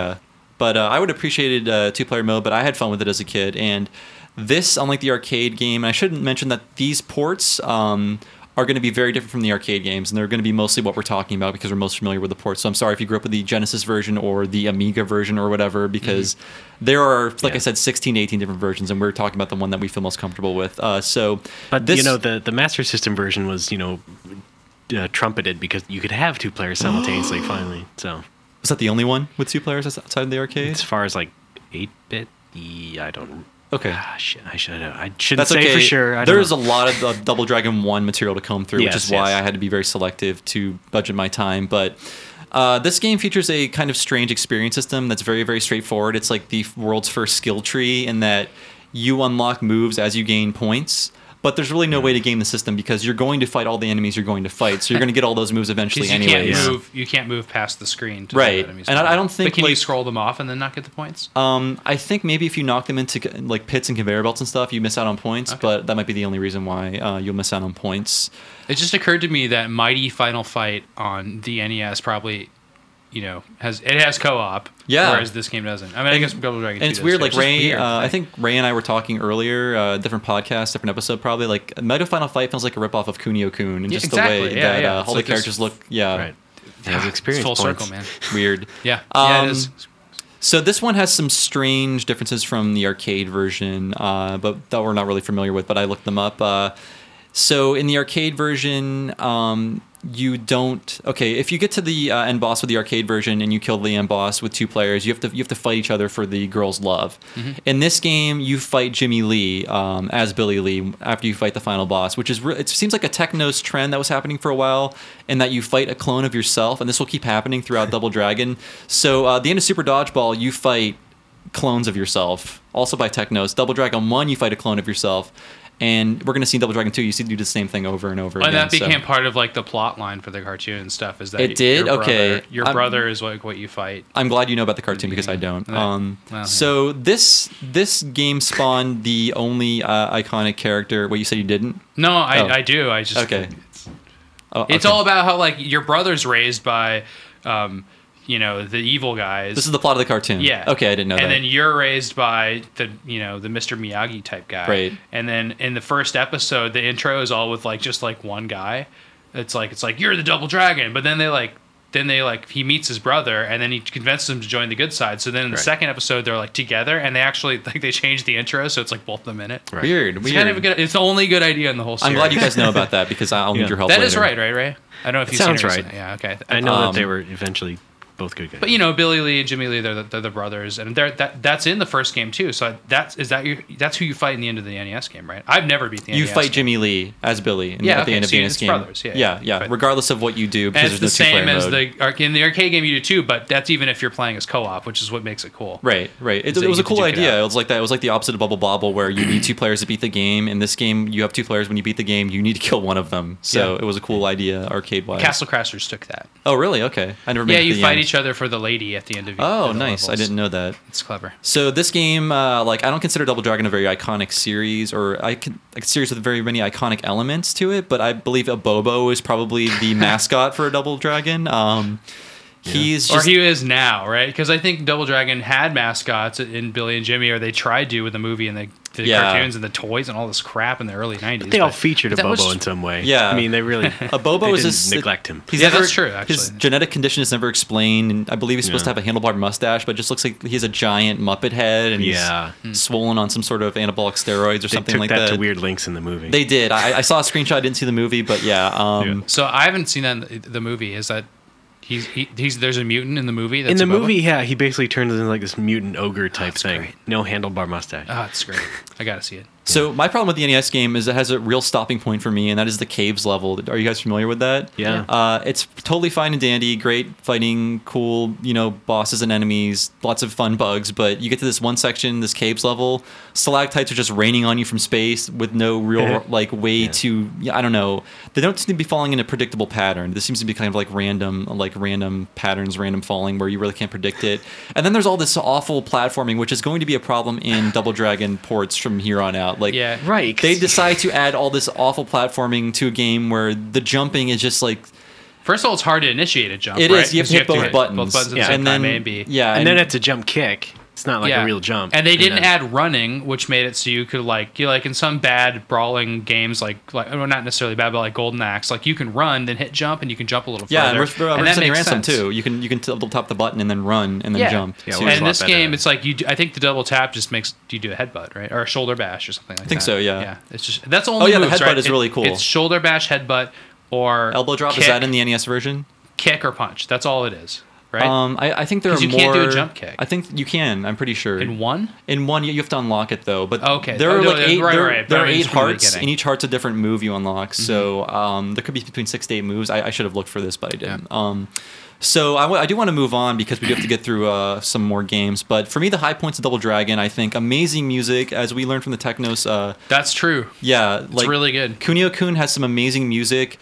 A: But uh, I would appreciated uh, two player mode, but I had fun with it as a kid. And this, unlike the arcade game, I shouldn't mention that these ports um, are going to be very different from the arcade games, and they're going to be mostly what we're talking about because we're most familiar with the ports. So I'm sorry if you grew up with the Genesis version or the Amiga version or whatever, because there are, like I
C: Mm-hmm. Yeah.
A: said, 16 to 18 different versions, and we're talking about the one that we feel most comfortable with. Uh, so,
C: But
A: this,
C: you know, the the Master System version was you know uh, trumpeted because you could have two players simultaneously. finally, so
A: is that the only one with two players that's outside of the arcade?
C: as far as like eight bit, yeah, I don't.
A: Okay.
C: Ah, shit, I should. I shouldn't
A: That's
C: say
A: okay.
C: for sure. I don't
A: There's a
C: know.
A: lot of uh, Double Dragon One material to comb through, which
C: Yes,
A: is why
C: yes.
A: I had to be very selective to budget my time. But uh, this game features a kind of strange experience system that's very, very straightforward. It's like the f- world's first skill tree in that you unlock moves as you gain points. But there's really no way to game the system because you're going to fight all the enemies you're going to fight, so you're going to get all those moves eventually,
B: Because you
A: anyways.
B: can't move. You can't move past the screen. To
A: Right.
B: the enemies
A: And I- I don't think,
B: But can you
A: like-
B: scroll them off and then not get the points?
A: Um, I think maybe if you knock them into like pits and conveyor belts and stuff, you miss out on points. But that might be the only reason why uh, you'll miss out on points.
B: It just occurred to me that Mighty Final Fight on the NES probably, you know, has it has co-op.
A: Yeah.
B: Whereas this game doesn't. I mean, I guess Double Dragon. 2
A: and it's
B: does
A: weird.
B: too.
A: Like
B: just
A: Ray,
B: weird.
A: uh, I think Ray and I were talking earlier, uh, different podcast, different episode, probably. Like Mega Final Fight feels like a ripoff of Kunio Kun, and
B: Yeah,
A: just the
B: exactly.
A: way
B: Yeah,
A: that
B: yeah.
A: Uh,
B: It's
A: all
B: like
A: the characters
B: this-
A: look, yeah,
C: right. It has experience
B: it's full
C: points.
B: circle, man.
A: weird.
B: Yeah. yeah, it
A: Um,
B: is.
A: So this one has some strange differences from the arcade version, uh, but that we're not really familiar with. But I looked them up. Uh, so in the arcade version, um, you don't. Okay, if you get to the uh, end boss with the arcade version and you kill the end boss with two players, you have to you have to fight each other for the girl's love. In this game, you fight Jimmy Lee um, as Billy Lee after you fight the final boss, which is re- it seems like a technos trend that was happening for a while, in that you fight a clone of yourself, and this will keep happening throughout Double Dragon. So uh, the end of Super Dodgeball, you fight clones of yourself, also by Technos. Double Dragon 1, you fight a clone of yourself. And we're going to see in Double Dragon 2, you see do the same thing over and over
B: Oh, And
A: again.
B: that became
A: so.
B: part of like the plot line for the cartoon and stuff. Is that
A: It did?
B: Your
A: Okay.
B: Brother, your
A: I'm-
B: brother is like what you fight.
A: I'm glad you know about the cartoon because I don't.
B: Yeah.
A: Um,
B: Wow.
A: So this this game spawned the only uh, iconic character. What you said you didn't?
B: No, I,
A: Oh.
B: I do. I just
A: Okay.
B: It's,
A: Oh,
B: it's
A: okay.
B: all about how like your brother's raised by, um, you know, the evil guys.
A: This is the plot of the cartoon.
B: Yeah.
A: Okay, I didn't know
B: and
A: that.
B: then you're raised by the you know the Mr. Miyagi type guy.
A: Right.
B: And then in the first episode, the intro is all with like just like one guy. It's like it's like you're the Double Dragon, but then they like then they like he meets his brother and then he convinces him to join the good side. So then in the
C: Right.
B: second episode, they're like together and they actually like they change the intro so it's like both of them in it.
C: Right.
A: weird.
B: It's
A: weird.
B: kind of a good. It's the only good idea in the whole.
A: I'm
B: Series.
A: glad you guys know about that because I'll need
C: Yeah.
A: your help.
B: That is
A: later.
B: right, right, Ray? I don't know if you
C: sounds
B: seen it
C: right.
B: recently. Yeah. Okay.
C: I know
A: Um,
C: that they were eventually both good guys.
B: But you know, Billy Lee and Jimmy Lee, they're the, they're the brothers, and they're that that's in the first game too. So that's is that your that's who you fight in the end of the NES game, right? I've never beat the
A: You
B: NES.
A: fight
B: game.
A: Jimmy Lee as Billy in,
B: Yeah,
A: at the
B: okay,
A: end of
B: so you-
A: the NES
B: it's
A: game.
B: brothers, yeah,
A: yeah,
B: yeah.
A: yeah.
B: But-
A: Regardless of what you do,
B: And
A: because
B: it's the
A: there's no two-player
B: same as
A: mode.
B: the arc- in the arcade game you do too, but that's even if you're playing as co-op, which is what makes it cool.
A: Right, right. It,
B: So
A: it was
B: you
A: a
B: get to
A: cool
B: duke it
A: idea.
B: out.
A: It, was like that. It was like the opposite of Bubble Bobble, where you need two players to beat the game. In this game, you have two players. When you beat the game, you need to kill one of them. So
B: Yeah.
A: it was a cool idea, arcade wise.
B: Castle Crashers took that.
A: Oh, really? Okay. I never. made it
B: yeah,
A: to
B: you
A: the
B: fight
A: end.
B: each other for the lady at the end of.
A: Oh,
B: of the
A: nice. I
B: levels.
A: didn't know that.
B: It's clever.
A: So this game, uh, like, I don't consider Double Dragon a very iconic series, or I can, a series with very many iconic elements to it. But I believe a Bobo is probably the mascot for a Double Dragon. Um, He's just
B: or he is now, right? Because I think Double Dragon had mascots in Billy and Jimmy, or they tried to with the movie and the, the
A: Yeah.
B: cartoons and the toys and all this crap in the early nineties.
C: they all featured a
B: that
C: Bobo
B: was-
C: in some way.
A: Yeah.
C: I mean they really.
A: A Bobo
C: they
A: is
C: didn't
A: just
C: neglect him.
A: He's
B: Yeah, that's true, actually.
A: his genetic condition is never explained, and I believe he's supposed
C: Yeah.
A: to have a handlebar mustache, but it just looks like he has a giant Muppet head and
C: Yeah.
B: Hmm.
A: he's swollen on some sort of anabolic steroids or
C: They
A: something
C: took
A: like
C: that,
A: that.
C: to weird links in the movie.
A: They did. I, I saw a screenshot. I didn't see the movie, but yeah. Um,
B: So I haven't seen that in the- the movie. Is that he's he, he's there's a mutant in the movie? That's
C: in
B: a
C: the
B: Boba?
C: movie, yeah, he basically turns into like this mutant ogre type
B: that's
C: thing.
B: great. Uh,
C: No handlebar mustache.
B: Ah, it's great. I gotta see it.
A: So my problem with the NES game is it has a real stopping point for me, and that is the caves level. Are you guys familiar with that?
C: Yeah.
A: Uh, it's totally fine and dandy, great fighting, cool, you know, bosses and enemies, lots of fun bugs. But you get to this one section, this caves level, stalactites are just raining on you from space with no real like way to. yeah, I don't know. They don't seem to be falling in a predictable pattern. This seems to be kind of like random, like random patterns, random falling where you really can't predict it. And then there's all this awful platforming, which is going to be a problem in Double Dragon ports from here on out. Like
B: Yeah.
C: Right. 'cause
A: they decide to add all this awful platforming to a game where the jumping is just like
B: First of all, it's hard to initiate a jump.
A: it is.
B: right?
A: You have
B: 'Cause
A: to hit both buttons,
B: Both buttons at
A: yeah.
B: the same
A: and
B: time,
A: then
B: A and B.
A: yeah,
C: and then it's a jump kick. It's not like
B: Yeah.
C: a real jump.
B: And they didn't
C: then-
B: add running, which made it so you could like you like in some bad brawling games like like well, not necessarily bad, but like Golden Axe, like you can run, then hit jump, and you can jump a little
A: yeah, and
B: further.
A: Rift- Rift
B: and that
A: City
B: makes
A: Ransom
B: sense.
A: too. You can you can double tap the button and then run and then
B: Yeah.
A: jump.
C: Yeah,
A: So-
C: well,
B: and
C: it's
B: in
C: a lot
B: this
C: better.
B: game, it's like you. Do, I think the double tap just makes you do a headbutt, right, or a shoulder bash or something like that.
A: think so, yeah. Oh,
B: Yeah. It's just that's the only.
A: yeah, the
B: moves,
A: headbutt
B: right?
A: is
B: It-
A: really cool.
B: It's shoulder bash, headbutt, or
A: elbow drop is
B: kick-
A: that in the NES version?
B: kick or punch? That's all it is, right?
A: Um, I, I think there are
B: 'Cause you
A: more.
B: can't do a jump kick.
A: I think you can. I'm pretty sure.
B: in one.
A: In one, you you have to unlock it though. But
B: Okay.
A: there
B: Oh,
A: are
B: no,
A: like
B: yeah,
A: eight.
B: right,
A: there,
B: right,
A: there are
B: right,
A: eight
B: it's from the
A: hearts,
B: beginning.
A: and each heart's a different move you unlock.
B: Mm-hmm.
A: So um, there could be between six to eight moves. I, I should have looked for this, but I didn't. Um, so I wa- I do want to move on because we do have to get through uh, some more games. But for me, the high points of Double Dragon, I think, amazing music as we learned from the Technos. Uh,
B: That's true.
A: yeah, like
B: really good.
A: Kunio Kun has some amazing music.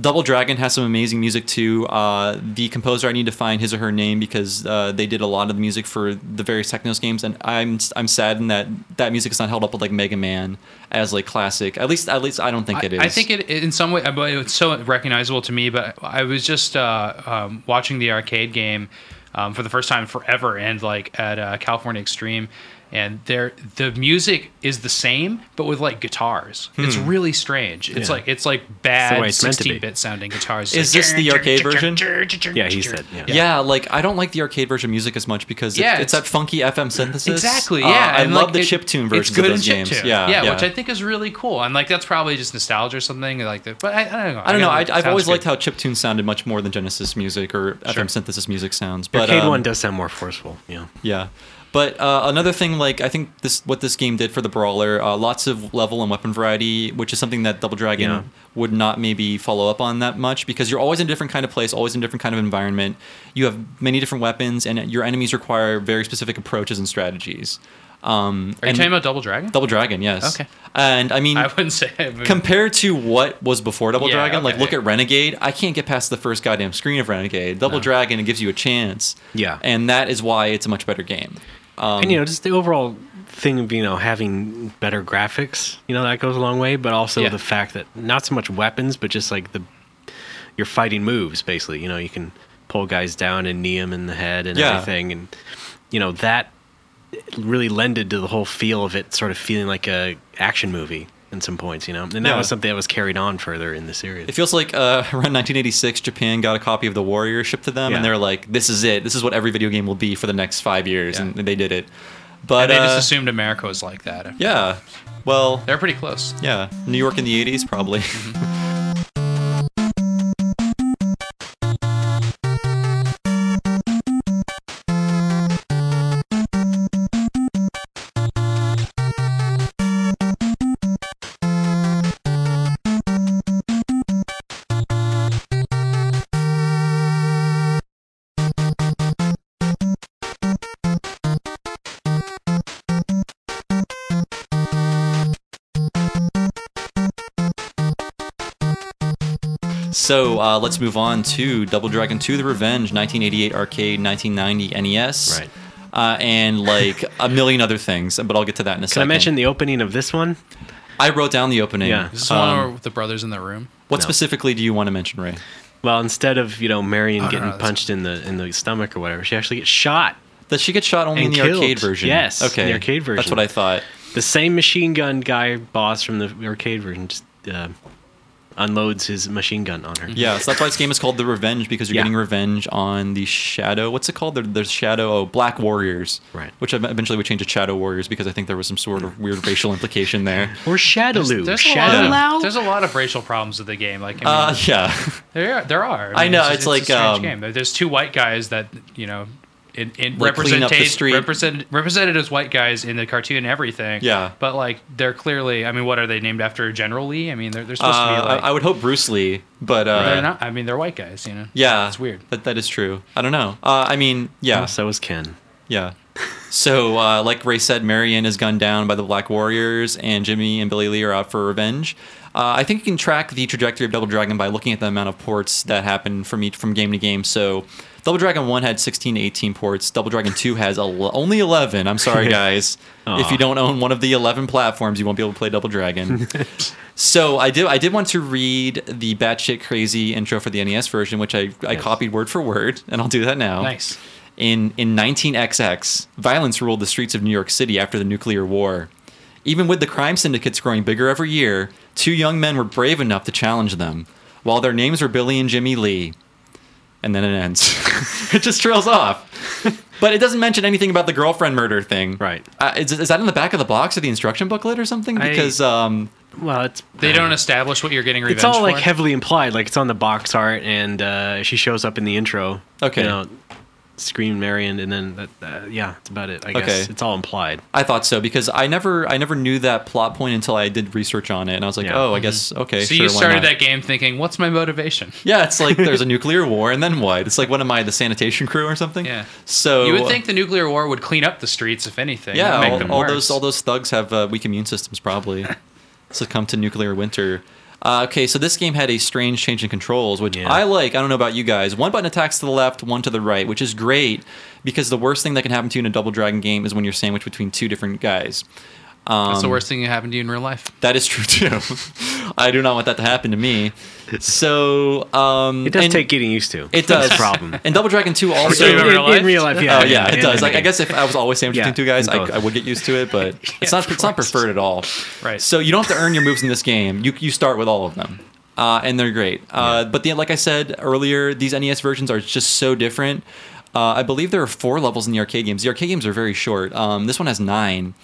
A: Double Dragon has some amazing music too. Uh, the composer, I need to find his or her name because uh, they did a lot of the music for the various Technos games, and I'm I'm saddened that that music is not held up with like Mega Man as like classic. At least at least I don't think
B: I,
A: it is.
B: I think it in some way, uh, but it's so recognizable to me. But I was just uh, um, watching the arcade game um, for the first time forever, and like at uh, California Extreme, and there the music is the same, but with like guitars. It's
A: Hmm.
B: really strange. It's
C: Yeah.
B: like it's like
C: the
B: bad
C: way it's meant to be.
B: 16-bit sounding guitars.
A: Is
B: It's
A: this
B: like-
A: the arcade version?
C: Yeah, he said. Yeah.
A: Yeah. like I don't like the arcade version music as much because it-
B: Yeah,
A: it's,
B: it's-
A: that funky FM synthesis.
B: Exactly.
A: Uh,
B: Yeah,
A: I
B: and,
A: love
B: like,
A: the
B: it-
A: chip tune versions of those
B: in
A: games.
B: chiptune.
A: Yeah,
B: yeah, which I think is really cool, and like that's probably just nostalgia or something. Like, that, but I, I don't know.
A: I don't know. I,
B: guess it
A: I've always
B: sounds
A: liked
B: good.
A: how chiptune sounded much more than Genesis music or
B: Sure.
A: FM synthesis music sounds. But
C: Arcade
A: um,
C: one does sound more forceful. Yeah.
A: Yeah. But uh, another thing, like I think this what this game did for the brawler, uh, lots of level and weapon variety, which is something that Double Dragon
C: Yeah.
A: would not maybe follow up on that much because you're always in a different kind of place, always in a different kind of environment. You have many different weapons, and your enemies require very specific approaches and strategies. Um,
B: Are you
A: and
B: talking about Double Dragon?
A: Double Dragon? Yes.
B: Okay.
A: And I mean,
B: I wouldn't say. I mean,
A: compared to what was before Double
B: Yeah,
A: Dragon, like
B: okay.
A: look at Renegade. I can't get past the first goddamn screen of Renegade. Double Dragon it gives you a chance.
C: Yeah.
A: and that is why it's a much better game. Um,
C: and you know, just the overall thing of you know having better graphics, you know, that goes a long way. But also
B: Yeah.
C: the fact that not so much weapons, but just like the your fighting moves, basically. You know, you can pull guys down and knee them in the head and
A: Yeah.
C: everything, and you know that really lended to the whole feel of it, sort of feeling like a action movie in some points. You know, and that
A: Yeah.
C: was something that was carried on further in the series.
A: it feels like uh, around 1986, Japan got a copy of The Warrior shipped to them,
C: Yeah.
A: and they're like, "This is it. This is what every video game will be for the next five years,"
B: Yeah.
A: and they did it. But
B: they
A: uh,
B: just assumed America was like that.
A: yeah, well,
B: They're pretty close.
A: yeah, New York in the 80s probably. So uh, let's move on to Double Dragon 2 The Revenge, 1988 arcade, 1990 NES.
C: Right.
A: E Uh, and like a million other things, but I'll get to that in a
C: Can
A: second.
C: I mention the opening of this one?
A: I wrote down the opening.
C: Yeah.
B: Is this
A: Um,
B: the one where the brothers in the room?
A: what
C: No.
A: specifically do you want to mention, Ray?
C: Well, instead of you know Marion
B: Oh, no,
C: getting
B: no, that's-
C: punched in the in the stomach or whatever, she actually gets shot.
A: That she gets shot only in
C: And
A: the arcade
C: killed.
A: version.
C: Yes, in
A: Okay.
C: the arcade
A: That's
C: version.
A: what I thought.
C: The same machine gun guy boss from the arcade version just uh, unloads his machine gun on her.
A: Yeah. So that's why this game is called The Revenge because you're
C: Yeah.
A: getting revenge on the Shadow. What's it called? The, the Shadow. Oh, Black Warriors.
C: Right.
A: Which eventually we changed to Shadow Warriors because I think there was some sort of weird racial implication there.
C: Or Shadaloo.
B: There's, there's, a lot of, there's a lot of racial problems with the game. Like, I mean,
A: Uh, yeah.
B: there, are, there are.
A: I know,
B: just-
A: it's like,
B: a strange
A: um,
B: game. There- There's two white guys that you know in, in
A: Like, clean up the
B: representation
A: street.
B: represent, represented as white guys in the cartoon and everything.
A: Yeah.
B: but like they're clearly. I mean, what are they named after? General Lee. I mean, they're, they're supposed to
A: Uh,
B: be like.
A: I, I would hope Bruce Lee, but uh,
B: they're not. I mean, they're white guys. You know.
A: yeah,
B: it's weird.
A: That that is true. I don't know. Uh, I mean, yeah,
C: So was Ken.
A: yeah. So, uh, like Ray said, Marion is gunned down by the Black Warriors, and Jimmy and Billy Lee are out for revenge. Uh, I think you can track the trajectory of Double Dragon by looking at the amount of ports that happen from each from game to game. So, Double Dragon One had 16 to 18 ports. Double Dragon Two has ele- only 11. I'm sorry, guys. if
C: Aw.
A: you don't own one of the 11 platforms, you won't be able to play Double Dragon. So I did. I did want to read the batshit crazy intro for the NES version, which I, I
C: Yes.
A: copied word for word, and I'll do that now.
B: Nice.
A: In in 19XX, violence ruled the streets of New York City after the nuclear war. Even with the crime syndicates growing bigger every year, two young men were brave enough to challenge them. While their names were Billy and Jimmy Lee, and then it ends. it just trails off. But it doesn't mention anything about the girlfriend murder thing.
C: Right.
A: Uh, is, is that in the back of the box of the instruction booklet or something?
B: I-
A: Because um,
C: Well, it's
B: They don't establish what you're getting revenge
C: It's all like
B: for.
C: heavily implied. Like it's on the box art, and uh, she shows up in the intro.
A: Okay.
C: You know, scream Marion, and then that, uh, yeah, that's about it. I
A: Okay.
C: guess it's all implied.
A: I thought so because I never I never knew that plot point until I did research on it and I was like,
C: Yeah.
A: oh, I guess okay.
B: Mm-hmm. so
A: sure,
B: you
A: why
B: started
A: not?
B: that game thinking, "What's my motivation?"
A: Yeah, it's like there's a nuclear war and then what? It's like what am I, the sanitation crew or something?
B: Yeah.
A: So uh,
B: you would think the nuclear war would clean up the streets, if anything.
A: yeah,
B: make
A: all,
B: them
A: all
B: worse.
A: those all those thugs have uh, weak immune systems probably. Succumb to nuclear winter. Uh, okay, so this game had a strange change in controls, which
C: Yeah.
A: I like. I don't know about you guys. One button attacks to the left, one to the right, which is great because the worst thing that can happen to you in a Double Dragon game is when you're sandwiched between two different guys.
B: That's
A: um,
B: the worst thing that happened to you in real life.
A: That is true too. I do not want that to happen to me. So um,
C: It does
A: and
C: take getting used to.
A: It
C: That's
A: does
C: the problem.
A: And Double Dragon Two also.
B: talking about
A: Oh
B: real life?
C: in real life, yeah.
A: yeah, it
C: In
A: does.
C: the
A: Like I
C: game.
A: guess if I was always sandwiched
C: Yeah,
A: between two guys, I,
C: both.
A: I would get used to it. But it's not it's not preferred at all.
B: Right.
A: So you don't have to earn your moves in this game. You you start with all of them. Uh, and they're great, uh, but the, like I said earlier, these NES versions are just so different. Uh, I believe there are four levels in the arcade games. The arcade games are very short. Um, this one has nine,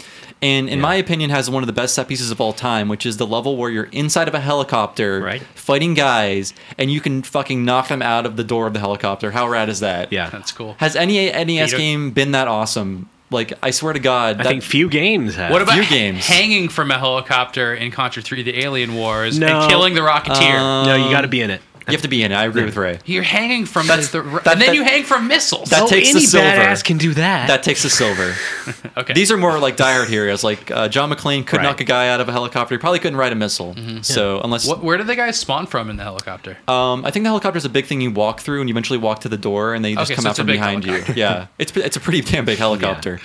A: and in my opinion, has one of the best set pieces of all time, which is the level where you're inside of a helicopter,
C: Right.
A: fighting guys, and you can fucking knock them out of the door of the helicopter. How rad is that?
C: Yeah.
B: That's cool.
A: Has any NES
B: Peter?
A: game been that awesome? Like, I swear to God,
C: I
A: that,
C: think few games have.
B: What about
A: few
B: h-
A: games.
B: hanging from a helicopter in Contra 3 The Alien Wars
C: No.
B: and killing the Rocketeer?
A: Uh,
C: No, you got to be in it.
A: you have to be in it. I agree with Ray.
B: You're hanging from
A: That's-
B: the,
A: that-
B: and then
A: that-
B: you hang from missiles.
A: that
C: oh,
A: takes the
C: any
A: silver.
C: badass can do that.
A: That takes the silver.
B: okay.
A: These are more like dire heroes. Like uh, John McClane could
C: Right.
A: knock a guy out of a helicopter. He probably couldn't ride a missile. So unless,
B: Mm-hmm. What, where do the guys spawn from in the helicopter?
A: um, I think the helicopter is a big thing you walk through, and you eventually walk to the door, and they just
B: Okay,
A: come
B: so
A: out
B: it's a
A: from
B: big
A: behind
B: helicopter.
A: you. Yeah, it's it's a pretty damn big helicopter.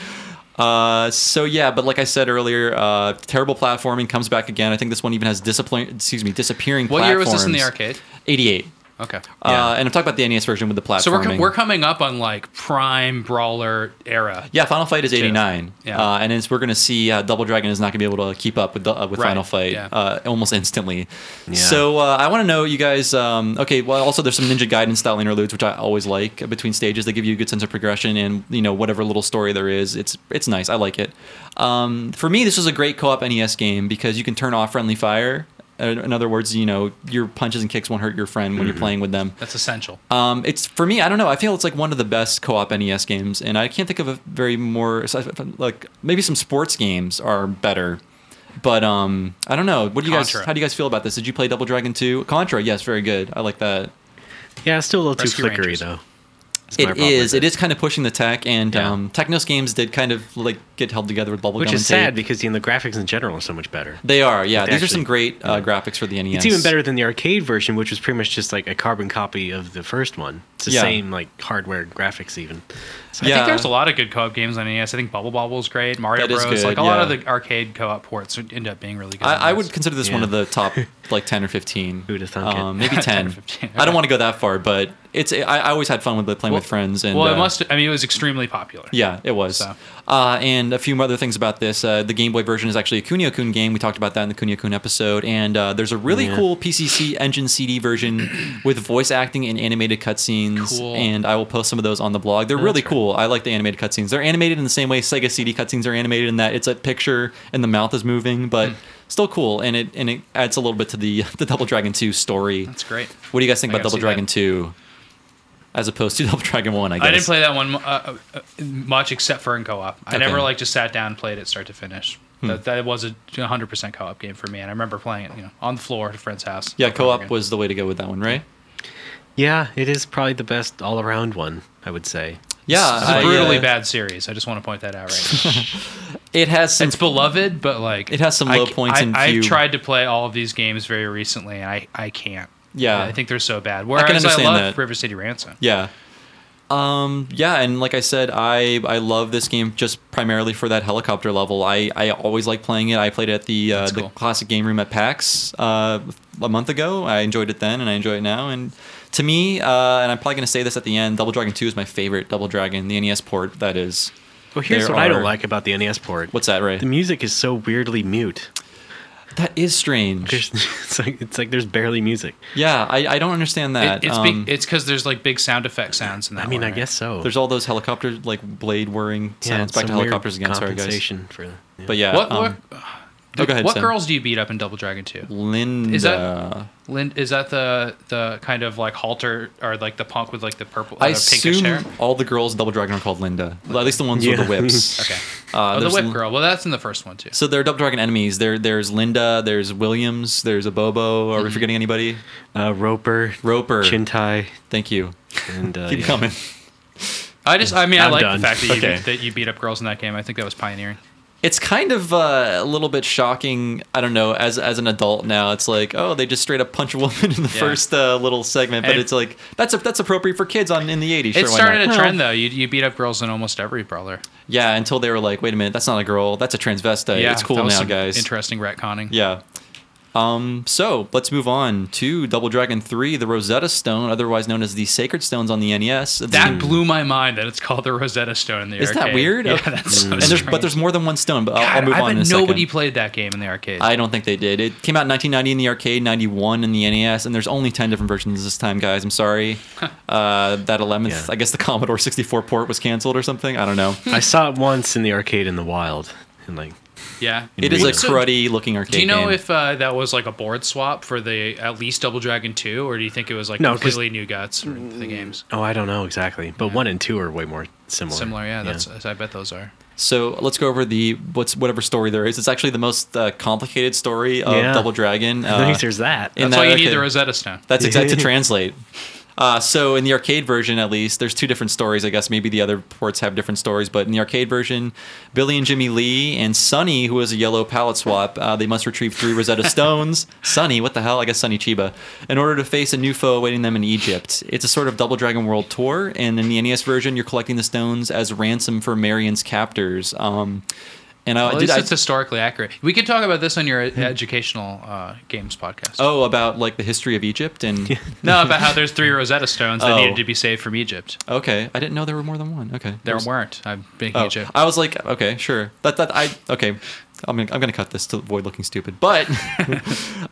A: Uh, so yeah, but like I said earlier, uh, terrible platforming comes back again. I think this one even has disappearing. Excuse me, disappearing.
B: What year was this in the
A: platforms.
B: arcade?
A: Eighty-eight.
B: Okay.
A: Uh, and I'm talking about the NES version with the platforming.
B: so we're, com- we're coming up on like prime brawler era.
A: yeah, Final Fight is '89,
B: Yeah.
A: uh, and it's, we're going to see uh, Double Dragon is not going to be able to keep up with the, uh, with
B: Right,
A: Final Fight
B: yeah.
A: uh, almost instantly. So uh, I want to know you guys. Um, okay, well, also there's some Ninja Gaiden style interludes which I always like between stages. They give you a good sense of progression and you know whatever little story there is. It's it's nice. I like it. Um, for me, this was a great co-op NES game because you can turn off friendly fire. Uh, In other words, you know your punches and kicks won't hurt your friend when you're playing with them.
B: That's essential.
A: Um, it's for me. I don't know. I feel it's like one of the best co-op NES games, and I can't think of a very more like maybe some sports games are better. But um, I don't know. What do you
B: Contra.
A: guys? How do you guys feel about this? Did you play Double Dragon Two? Contra, yes, very good. I like that.
C: yeah, it's still a little too
B: Rescue
C: flickery
B: Rangers.
C: though. That's my
A: It
C: problem
A: is.
C: with
A: It is kind of pushing the tech, and
C: Yeah.
A: um, Technos games did kind of like get held together with bubblegum.
C: Which
A: and
C: is sad
A: tape.
C: because you know, the graphics in general are so much better.
A: They are. Yeah,
C: It
A: these are some
C: actually-
A: great uh, graphics for the NES.
C: It's even better than the arcade version, which was pretty much just like a carbon copy of the first one. It's the
A: Yeah.
C: same like hardware graphics even. So
B: I
A: Yeah.
B: think there's a lot of good co-op games on NES. I think Bubble Bobble's great. Mario
A: That is
B: Bros.
A: good,
B: like a lot of
A: yeah.
B: the arcade co-op ports would end up being really good. on
A: I, I
B: NES.
A: would consider this one
C: Yeah.
A: of the top like ten or fifteen.
C: Who'da thunk it?
A: um, Maybe
B: 10
A: ten.
B: or 15,
A: I don't want to go that far, but it's. I, I always had fun with it, playing with friends, and
B: well,
A: uh,
B: it must. I mean, it was extremely popular.
A: Yeah, it was.
B: So.
A: Uh, and a few more other things about this. Uh, the Game Boy version is actually a Kunio Kun game. We talked about that in the Kunio Kun episode. And uh, there's a really
C: Yeah.
A: cool PCC Engine CD version with voice acting and animated cutscenes.
B: Cool.
A: And I will post some of those on the blog. They're really cool. I like the animated cutscenes. They're animated in the same way Sega CD cutscenes are animated in that it's a picture and the mouth is moving,
B: Hmm.
A: but still cool. And it and it adds a little bit to the the Double Dragon 2 story.
B: That's great.
A: What do you guys think
B: I
A: about
B: gotta
A: Double
B: see
A: Dragon
B: that.
A: 2? as opposed to Double Dragon One. I guess
B: I didn't play that one uh, uh, much except for in co-op. I
A: Okay. Hmm.
B: never like just sat down and played it start to finish. That, that was a 100% co-op game for me, and I remember playing it, you know, on the floor at a friend's house.
A: Yeah,
B: over and over
A: co-op
B: again.
A: was the way to go with that one, right?
C: Yeah, it is probably the best all around one, I would say.
A: Yeah,
B: It's
A: I,
B: a
A: uh,
B: brutally bad series. I just want to point that out right now.
A: It has some.
B: it's beloved, but like
A: It has some
B: I
A: low
B: ca-
A: points
B: I,
A: and
B: I've
A: few-
B: tried to play all of these games very recently, and I, I can't.
A: Yeah.
B: I think they're so bad. Whereas I,
A: understand
B: love
A: that.
B: River City Ransom.
A: yeah, um, yeah, and like I said, I I love this game just primarily for that helicopter level. I I always like playing it. I played it at the uh,
B: That's
A: the
B: cool.
A: classic game room at PAX uh, a month ago. I enjoyed it then, and I enjoy it now. And to me, uh, and I'm probably gonna say this at the end, Double Dragon Two is my favorite Double Dragon, the NES port. That is.
C: Well, here's
A: There
C: what I
A: are-
C: don't like about the NES port.
A: What's that, Ray?
C: The music is so weirdly mute.
A: that is strange.
C: There's, it's like it's like there's barely music.
A: yeah, I, I don't understand that.
B: It, it's
A: um,
B: big, it's because there's like big sound effect sounds in that.
C: I mean,
B: one,
C: I
B: right?
C: guess so.
A: there's all those helicopter like blade whirring
C: Yeah,
A: sounds
C: it's
A: back to
C: some weird
A: helicopters again. Sorry, guys.
C: Compensation for yeah.
A: But yeah,
B: What,
A: um,
B: what,
A: oh, go ahead,
B: what
A: Sam.
B: girls do you beat up in Double Dragon 2?
A: Linda.
B: Is that- Lind, is that the the kind of like halter or like the punk with like the purple uh,
A: I
B: pinkish hair?
A: assume all the girls in Double Dragon are called Linda. Well, At least the ones with
C: Yeah.
A: the whips.
B: Okay.
A: Uh,
B: oh, the
A: there's
B: whip
A: Lin-
B: girl. Well, that's in the first one too.
A: So there are Double Dragon enemies. There, there's Linda. There's Williams. There's a Bobo. Are
B: Mm-hmm.
A: we forgetting anybody?
C: uh, Roper,
A: Roper.
C: Chintai,
A: Thank you.
C: and uh,
A: Keep
C: yeah.
A: coming.
B: I just, I mean, i
C: I'm
B: like
C: done.
B: the fact that you
A: Okay.
B: beat, that you beat up girls in that game. I think that was pioneering.
A: It's kind of uh, a little bit shocking. I don't know. As as an adult now, it's like, oh, they just straight up punch a woman in the
B: Yeah.
A: first uh, little segment. But
B: And-
A: it's like that's that's appropriate for kids on in the '80s.
B: It
A: sure, why not?
B: started a
C: Well-
B: trend though. You you beat up girls in almost every brawler.
A: Yeah, until they were like, wait a minute, that's not a girl, that's a transvestite. it's cool
B: that was
A: now,
B: some
A: guys.
B: Interesting retconning.
A: yeah. Um, so let's move on to Double Dragon 3, the Rosetta Stone, otherwise known as the Sacred Stones on the E NES. It's-
B: That blew my mind that it's called the Rosetta Stone in the
A: Isn't Mm. that
B: arcade.
A: weird?
B: Yeah,
A: Okay. Mm.
B: that's so
A: and there's, but
B: strange.
A: there's more than one stone, but I'll, I'll
B: God,
A: move
B: I
A: on in a
B: bet
A: second.
B: nobody played that game in the arcade.
A: I don't think they did. It came out in 1990 in the arcade, 91 in the NES, and there's only 10 different versions this time, guys. I'm sorry. uh, that 11th,
C: Yeah.
A: I guess the Commodore 64 port was canceled or something. I don't know.
C: I saw it once in the arcade in the wild, and like
B: yeah,
A: It is a
B: So,
A: cruddy looking arcade
B: Do you know
A: game.
B: if uh, that was like a board swap for the at least Double Dragon Two, or do you think it was like
C: No, 'cause-
B: completely new guts for the
A: Mm.
B: games?
C: oh, I don't know exactly, but one and two are way more similar.
B: Similar, yeah. That's I bet those are.
A: So let's go over the what's whatever story there is. It's actually the most uh, complicated story of
C: Yeah.
A: Double Dragon.
C: at
A: Uh,
C: least there's that.
A: in
B: That's
A: that
B: why you need
A: arcade-
B: the Rosetta Stone.
A: that's exact to translate. Uh, so in the arcade version, at least, there's two different stories. I guess maybe the other ports have different stories, but in the arcade version, Billy and Jimmy Lee and Sonny, who is a yellow palette swap, uh, they must retrieve three Rosetta Stones. Sonny, what the hell? I guess Sonny Chiba, in order to face a new foe awaiting them in Egypt. It's a sort of Double Dragon World tour, and in the NES version, you're collecting the stones as ransom for Marion's captors. Um, and I
B: At
A: did
B: least
A: I, Hmm.
B: it's historically accurate. We could talk about this on your educational uh, games podcast.
A: Oh, about like the history of Egypt and
B: No, about how there's three Rosetta Stones that
A: Oh.
B: needed to be saved from Egypt.
A: okay, I didn't know there were more than one. Okay,
B: There
A: There's-
B: weren't. I'm making
A: Oh,
B: a joke.
A: I was like, okay, sure. That that I okay. I'm gonna, I'm gonna cut this to avoid looking stupid, but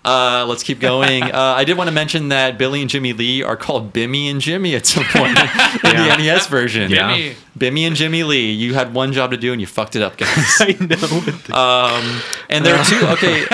A: uh, let's keep going. Uh, I did want to mention that Billy and Jimmy Lee are called Bimmy and Jimmy at some point in
C: Yeah.
A: the NES version.
C: Yeah.
B: Bimmy.
A: Bimmy and Jimmy Lee, you had one job to do and you fucked it up, guys.
C: I know.
A: Um, and there are two. Okay,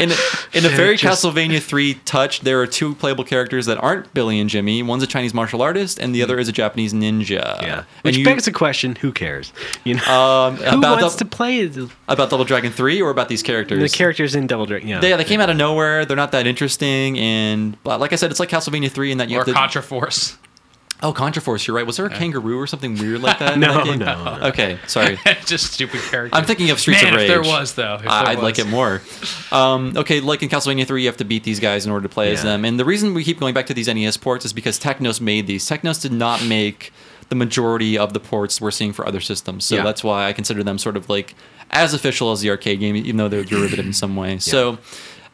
A: in in a very
C: Just-
A: Castlevania three touch, there are two playable characters that aren't Billy and Jimmy. One's a Chinese martial artist, and the other is a Japanese ninja.
C: Hmm. yeah,
A: And
C: which
A: you-
C: begs the question: Who cares? You know,
A: um,
C: who
A: about
C: wants
A: the,
C: to play the,
A: about Double Dragon three or about these characters?
C: the characters in Double Dragon? Yeah,
A: They, they came out of nowhere. They're not that interesting, and but like I said, it's like Castlevania three in that you
B: Or
A: have to.
B: Contra Force.
A: oh, Contra Force. You're right. Was there a kangaroo or something weird like that? in
C: No,
A: that game?
C: no, no.
A: Okay, sorry.
B: Just stupid characters.
A: I'm thinking of Streets
B: Man,
A: of Rage.
B: if there was, though. If
A: I-
B: there
A: I'd like
B: was.
A: it more. Um, okay, like in Castlevania 3, you have to beat these guys in order to play as
C: Yeah.
A: them. And the reason we keep going back to these NES ports is because Technos made these. Technos did not make the majority of the ports we're seeing for other systems. So
C: Yeah.
A: that's why I consider them sort of like as official as the arcade game, even though they're derivative in some way. So.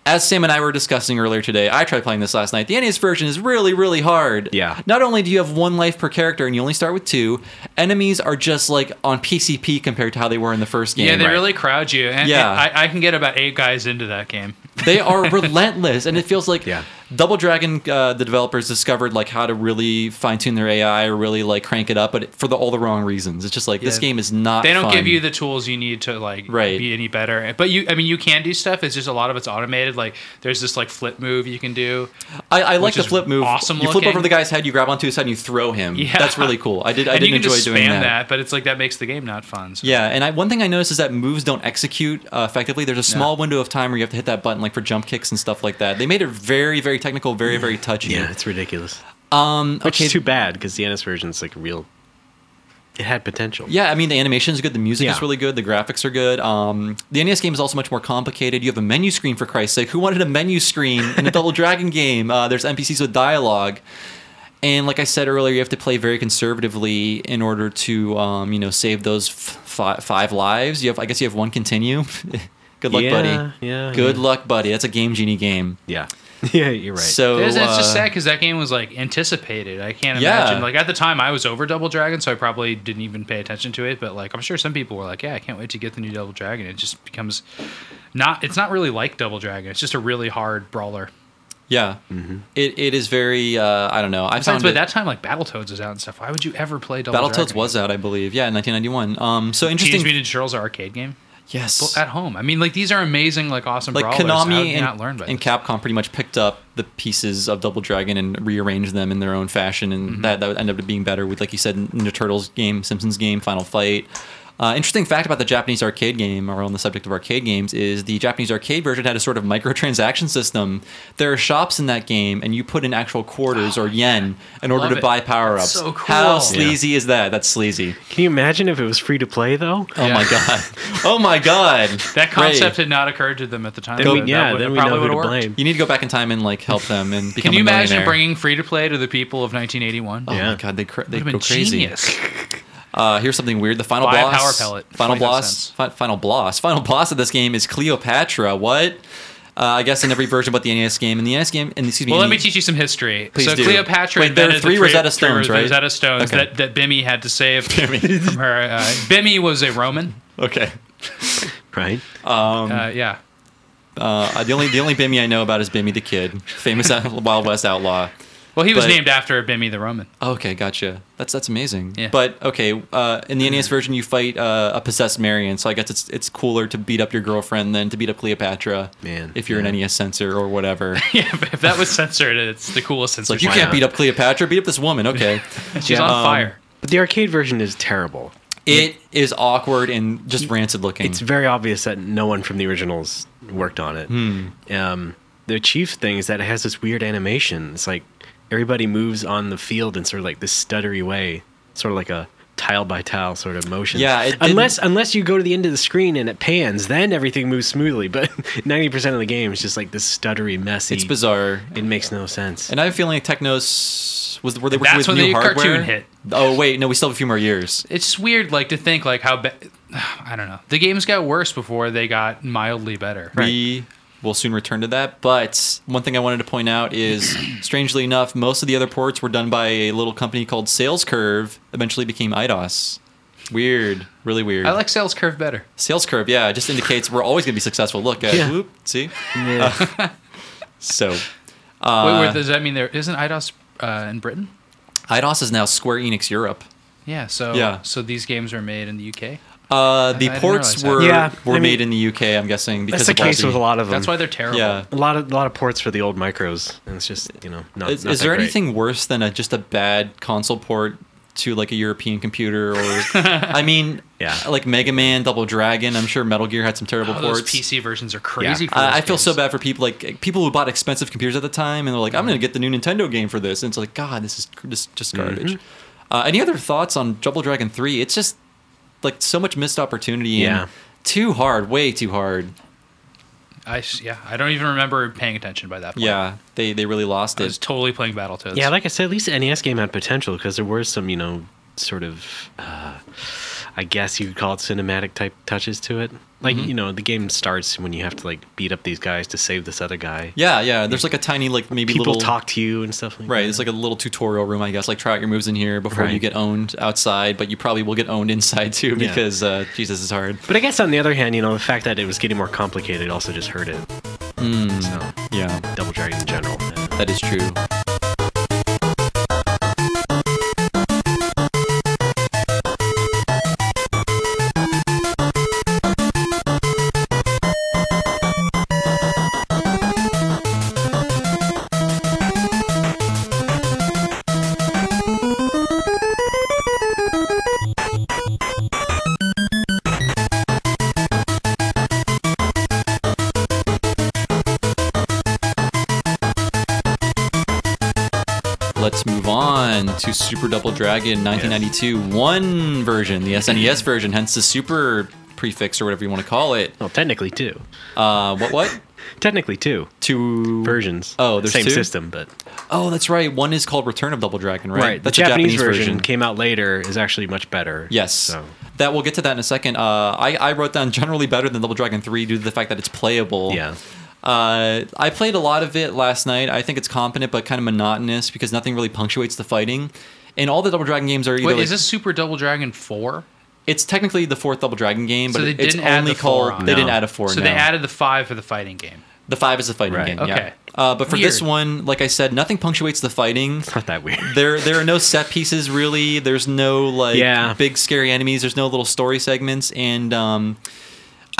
A: As Sam and I were discussing earlier today, I tried playing this last night. The NES version is really, really hard.
C: Yeah.
A: Not only do you have one life per character and you only start with two, enemies are just like on PCP compared to how they were in the first game.
B: Yeah, they
A: Right.
B: really crowd you. And,
A: Yeah.
B: and I, I can get about eight guys into that game.
A: They are relentless, and it feels like
C: Yeah.
A: Double Dragon, uh, the developers discovered like how to really fine tune their AI or really like crank it up, but for the, all the wrong reasons. It's just like this
B: Yeah.
A: game is not.
B: They don't
A: fun.
B: give you the tools you need to like
A: Right.
B: be any better. But you, I mean, you can do stuff. It's just a lot of it's automated. Like there's this like flip move you can do.
A: I, I like
B: which
A: the
B: is
A: flip move.
B: awesome
A: you flip
B: looking.
A: over the guy's head, you grab onto his head, and you throw him.
B: Yeah.
A: that's really cool. I did. I
B: and
A: did
B: you can
A: enjoy
B: just spam
A: doing
B: that.
A: that.
B: but it's like that makes the game not fun. So.
A: Yeah, and I, one thing I noticed is that moves don't execute uh, effectively. There's a small window of time where you have to hit that button, like for jump kicks and stuff like that. They made it very, very technical, very, very touchy.
C: Yeah, it's ridiculous.
A: Um,
C: Which
A: okay.
C: is too bad because the NS version's like real. It had potential.
A: Yeah, I mean the animation's good, the music
C: Yeah.
A: is really good, the graphics are good. Um, the NES game is also much more complicated. You have a menu screen for Christ's sake. Who wanted a menu screen in a Double Dragon game? Uh, there's NPCs with dialogue, and like I said earlier, you have to play very conservatively in order to um, you know save those f- fi- five lives. You have, I guess, you have one continue. good luck,
C: Yeah,
A: buddy.
C: yeah,
A: Good
C: yeah.
A: luck, buddy. That's a game genie game.
C: Yeah. Yeah, you're right.
A: So
B: It is- it's just
A: uh,
B: sad because that game was like anticipated. I can't
A: Yeah.
B: imagine. Like at the time, I was over Double Dragon, so I probably didn't even pay attention to it. But like, I'm sure some people were like, "Yeah, I can't wait to get the new Double Dragon." It just becomes not. It's not really like Double Dragon. It's just a really hard brawler.
A: Yeah, it, it is very. Uh, I don't know. I
B: Mm-hmm. Besides,
A: found
B: by
A: it-
B: that time, like Battletoads was out and stuff. Why would you ever play Double
A: Battletoads
B: Dragon?
A: was out, I believe. Yeah, in 1991. Um, so
B: Teenage
A: interesting.
B: Mutant Ninja Turtles are arcade game
A: yes.
B: at home. I mean, like these are amazing, like awesome
A: Like
B: brawlers. How did
A: Konami
B: you
A: and,
B: not learn by
A: and
B: this?
A: Capcom pretty much picked up the pieces of Double Dragon and rearranged them in their own fashion, and
B: Mm-hmm.
A: that, that would end up being better with, like you said, Ninja Turtles game, Simpsons game, Final Fight. Uh, interesting fact about the Japanese arcade game, or on the subject of arcade games, is the Japanese arcade version had a sort of microtransaction system. There are shops in that game, and you put in actual quarters or yen in order
B: love
A: to
B: it.
A: buy power ups.
B: That's so
A: How
B: cool.
A: sleazy is that? That's sleazy.
C: Can you imagine if it was free to play though?
A: Oh
B: Yeah.
A: my god! Oh my god!
B: That concept
A: Ray,
B: had not occurred to them at the time.
C: Then we-
B: but that
C: yeah,
B: would-
C: then
B: it
C: we know who
B: would've
C: to
B: worked.
C: blame.
A: you need to go back in time and like help them and become.
B: Can
A: a
B: you imagine
A: millionaire.
B: bringing free to play to the people of 1981?
A: Oh my
C: Yeah.
A: god, they cr- they
B: Would've
A: go
B: been
A: crazy.
B: genius.
A: Uh, here's something weird. The final
B: Buy a
A: boss.
B: power pellet.
A: Final
B: 25
A: boss.
B: cents.
A: Fi- final boss. Final boss of this game is Cleopatra. What? Uh, I guess in every version but the NES game. In the NES game, and excuse me.
B: Well,
A: in
B: let me
A: the-
B: teach you some history.
A: Please
B: so
A: do.
B: Cleopatra
A: Wait, there are
B: invented
A: three
B: the three
A: Rosetta Stones,
B: three
A: right?
B: Rosetta Stones
A: Okay.
B: that, that Bimmy had to save from her. Uh, Bimmy was a Roman.
A: Okay.
C: Right?
A: Um,
B: uh, yeah.
A: Uh, the only the only Bimmy I know about is Bimmy the Kid, famous Wild West outlaw.
B: Well, he was
A: But-
B: named after Bimmy the Roman.
A: Okay, gotcha. That's that's amazing.
B: Yeah.
A: But okay, uh, in the NES version, you fight uh, a possessed Marion, so I guess it's it's cooler to beat up your girlfriend than to beat up Cleopatra.
C: Man,
A: if you're
C: yeah.
A: an NES censor or whatever, it's
B: yeah, but if that was censored, it's the coolest
A: like
B: censorship.
A: you
C: Why
A: can't
C: not?
A: beat up Cleopatra, beat up this woman. Okay,
B: She's on
A: Um,
B: fire.
C: But the arcade version is terrible.
A: It is awkward and just rancid looking.
C: It's very obvious that no one from the originals worked on it.
A: Hmm.
C: Um, the chief thing is that it has this weird animation. It's like everybody moves on the field in sort of like this stuttery way, sort of like a tile by tile sort of motion.
A: Yeah, it didn't-
C: unless unless you go to the end of the screen and it pans, then everything moves smoothly. But ninety percent of the game is just like this stuttery, messy.
A: It's bizarre.
C: It makes no sense.
A: And I have a feeling like Technos was were they working
B: That's
A: with
B: when
A: new
B: the
A: hardware?
B: cartoon hit.
A: Oh wait, no, we still have a few more years.
B: It's just weird, like to think like how. Be- I don't know. The games got worse before they got mildly better.
A: We will soon return to that. But one thing I wanted to point out is, strangely enough, most of the other ports were done by a little company called Sales Curve. Eventually became IDOS. Weird, really weird.
B: I like Sales Curve better.
A: Sales Curve. Yeah, it just indicates we're always going to be successful. Look, uh,
C: Yeah.
A: whoop, see.
C: Yeah.
A: So
B: wait,
A: Uh,
B: wait, does that mean there isn't IDOS uh, in Britain?
A: IDOS is now Square Enix Europe.
B: Yeah. So
A: Yeah.
B: so these games are made in the UK.
A: Uh, the
B: I didn't
A: ports
B: realize that.
A: were
C: Yeah,
A: were
C: I mean,
A: made in the UK. I'm guessing because
C: That's the
A: of all
C: case with a lot of them.
B: That's why they're terrible.
A: Um, Yeah.
C: a lot of a lot of ports for the old micros, and it's just you know not.
A: Is,
C: not
A: is
C: that
A: there
C: great.
A: anything worse than a, just a bad console port to like a European computer or? I mean,
C: Yeah.
A: like Mega Man, Double Dragon. I'm sure Metal Gear had some terrible
B: Oh, those
A: ports.
B: PC versions are crazy.
C: Yeah.
B: For those
A: I, I feel so
B: games.
A: bad for people like people who bought expensive computers at the time, and they're like, "I'm
C: Mm-hmm.
A: going to get the new Nintendo game for this," and it's like, "God, this is cr- just just garbage."
C: Mm-hmm.
A: Uh, any other thoughts on Double Dragon Three? It's just like so much missed opportunity.
C: Yeah.
A: and too hard, way too hard.
B: I s- yeah, I don't even remember paying attention by that point.
A: Yeah, they they really lost
B: I
A: it.
B: was totally playing Battletoads.
C: Yeah, like I said, at least the NES game had potential because there were some, you know, sort of, uh, I guess you could call it cinematic type touches to it. Like,
A: Mm-hmm.
C: you know, the game starts when you have to like beat up these guys to save this other guy.
A: Yeah, yeah. There's like a tiny like maybe
C: People
A: little
C: talk to you and stuff like
A: Right,
C: that.
A: it's like a little tutorial room, I guess. Like try out your moves in here before you
C: Right.
A: get owned outside, but you probably will get owned inside too
C: Yeah.
A: because uh, Jesus is hard.
C: but I guess on the other hand, you know, the fact
A: Hmm.
C: that it was getting more complicated also just hurt it. So,
A: Yeah.
C: Double Dragon in general.
A: That is true. Let's move on to Super Double Dragon 1992 one version, the SNES version, hence the Super prefix or whatever you want to call it.
C: Well, technically two.
A: Uh, what what?
C: Technically two
A: Two
C: versions.
A: Oh, there's
C: same
A: two?
C: system, but
A: Oh, that's right. One is called Return of Double Dragon, right?
C: right. the
A: That's a
C: Japanese, version, came out later. Is actually much better.
A: Yes.
C: So
A: That we'll get to that in a second. Uh, I, I wrote down generally better than Double Dragon 3 due to the fact that it's playable.
C: Yeah.
A: Uh, I played a lot of it last night. I think it's competent but kind of monotonous because nothing really punctuates the fighting. And all the Double Dragon games are either
B: Wait,
A: like-
B: is this Super Double Dragon four?
A: it's technically the fourth Double Dragon game, but
B: So they
A: it- it's
B: didn't add
A: only
B: the four
A: called
B: on
A: they
B: it.
A: didn't
C: No.
A: add a four.
B: So
A: no.
B: they added the five for the fighting game.
A: the five is the fighting
C: Right.
A: game. Yeah.
B: Okay.
A: Uh, but for this
B: Weird.
A: one, like I said, nothing punctuates the fighting.
C: not that weird.
A: there there are no set pieces really. There's no like
C: Yeah.
A: big scary enemies. There's no little story segments, and um,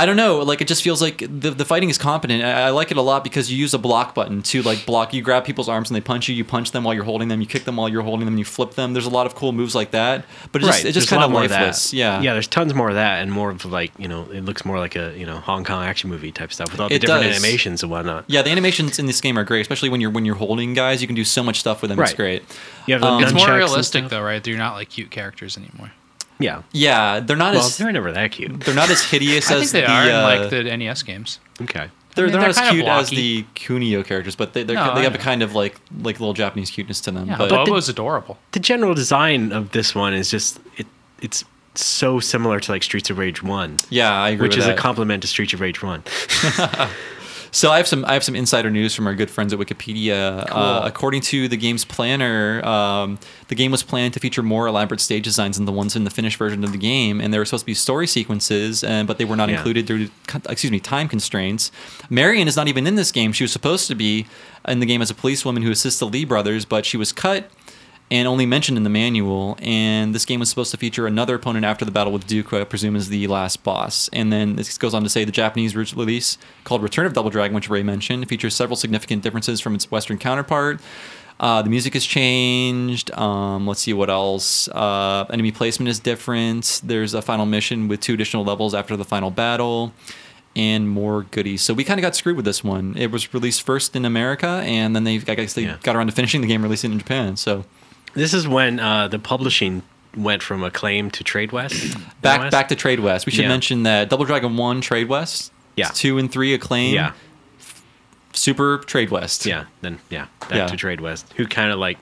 A: I don't know. Like it just feels like the the fighting is competent. I, I like it a lot because you use a block button to like block. You grab people's arms and they punch you. You punch them while you're holding them. You kick them while you're holding them. You flip them. There's a lot of cool moves like that. But it's just, it's just
C: there's a
A: kind of
C: lot more that.
A: lifeless. Yeah.
C: Yeah. There's tons more of that, and more of like you know, it looks more like a you know Hong Kong action movie type stuff with all the
A: It
C: different
A: does.
C: animations and whatnot.
A: Yeah, the animations in this game are great, especially when you're when you're holding guys. You can do so much stuff with them. It's
C: Right.
A: great.
C: You have the
A: Um,
B: It's
C: nunchucks
B: more
C: and
B: realistic
C: stuff.
B: though, right? They're not like cute characters anymore.
C: Yeah.
A: Yeah, they're not
C: Well,
A: as
C: they're never that cute.
A: they're not as hideous
B: I
A: as
B: think they
A: the,
B: are
A: uh,
B: in like the NES games.
C: Okay.
A: they're,
B: I
A: they're
B: mean, they're
A: not as
B: kinda
A: cute as
B: blocky.
A: the Kunio characters, but they, they're,
B: No,
A: they
B: I
A: have a
B: know.
A: kind of like like little Japanese cuteness to them.
B: Yeah,
A: but
C: the-
B: Bobo's adorable.
C: the general design of this one is just it it's so similar to like Streets of Rage One,
A: yeah, I agree.
C: which
A: with
C: is
A: that.
C: a compliment to Streets of Rage One.
A: so I have some I have some insider news from our good friends at Wikipedia. Uh, according to the game's planner, um, the game was planned to feature more elaborate stage designs than the ones in the finished version of the game, and there were supposed to be story sequences, and, but they were not
C: Yeah.
A: included due to con- excuse me time constraints. Marion is not even in this game. She was supposed to be in the game as a policewoman who assists the Lee brothers, but she was cut. And only mentioned in the manual, and this game was supposed to feature another opponent after the battle with Duke, who I presume is the last boss. And then this goes on to say the Japanese re- release called Return of Double Dragon, which Ray mentioned, features several significant differences from its Western counterpart. Uh, the music has changed. Um, let's see what else. Uh, enemy placement is different. There's a final mission with two additional levels after the final battle, and more goodies. So we kind of got screwed with this one. It was released first in America, and then they, I guess, they
C: Yeah.
A: got around to finishing the game, releasing it in Japan. So
C: this is when uh, the publishing went from Acclaim to Trade West.
A: back
C: West?
A: back to Trade West. We should
C: Yeah.
A: mention that Double Dragon One Trade West.
C: Yeah.
A: Two and three acclaim.
C: yeah,
A: Super Trade West.
C: yeah, then yeah, back
A: Yeah.
C: to Trade West, who kind of like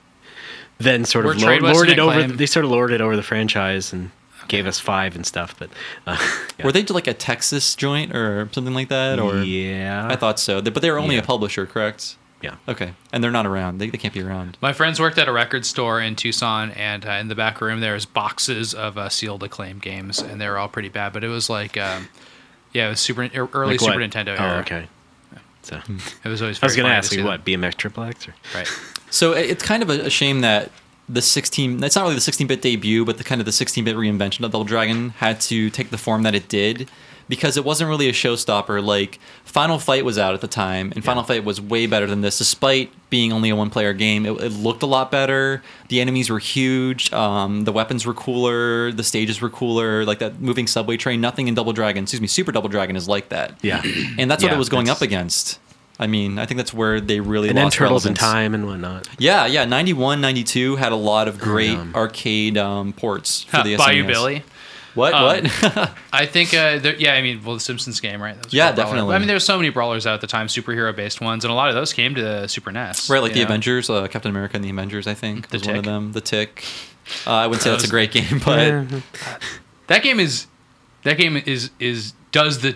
C: then sort of
B: Were
C: lord,
B: Trade West
C: lorded
B: and
C: over.
B: Acclaim-
C: They sort of lorded over the franchise and gave us five and stuff. But uh, yeah.
A: Were they like a Texas joint or something like that? Or
C: yeah,
A: I thought so. They- But they were only
C: Yeah.
A: a publisher, correct?
C: yeah.
A: Okay, and they're not around. They, they can't be around.
B: My friends worked at a record store in Tucson, and uh, in the back room there was boxes of uh, sealed acclaim games, and they were all pretty bad. But it was like, um, yeah, it was super er, early
C: Like
B: Super
C: what?
B: Nintendo
C: Oh,
B: era.
C: okay. So
B: It was always.
C: I was
B: very
C: gonna
B: fun
C: ask
B: see
C: you
B: them.
C: what BMX Triple X or
B: Right.
A: So it- it's kind of a, a shame that the 16. That's not really the 16-bit debut, but the kind of the 16-bit reinvention of Double Dragon had to take the form that it did because it wasn't really a showstopper. Like Final Fight was out at the time, and Final Fight was way better than this, despite being only a one-player game. It, it looked a lot better. The enemies were huge. Um, the weapons were cooler. The stages were cooler. Like that moving subway train. Nothing in Double Dragon, excuse me, Super Double Dragon is like that.
C: yeah.
A: and that's what
C: Yeah,
A: it was going
C: that's-
A: up against. I mean, I think that's where they really
C: and then
A: lost
C: Turtles in
A: relevance.
C: Time and whatnot.
A: Yeah, yeah. 91, 92 had a lot of great
C: yeah.
A: arcade um, ports for the E SNES.
B: Bayou Billy.
A: What?
B: Um,
A: what?
B: I think, uh, there, yeah, I mean, well, the Simpsons game, right? That was
A: Yeah,
B: called Brawler.
A: definitely.
B: I mean, there were so many brawlers out at the time, superhero-based ones, and a lot of those came to the Super NES.
A: right, like the
B: you know?
A: Avengers, uh, Captain America and the Avengers. I think
B: The
A: was one of
B: Tick.
A: them. The Tick. Uh, I wouldn't say that's a
B: was-
A: great game, but
B: That game is, that game is is does the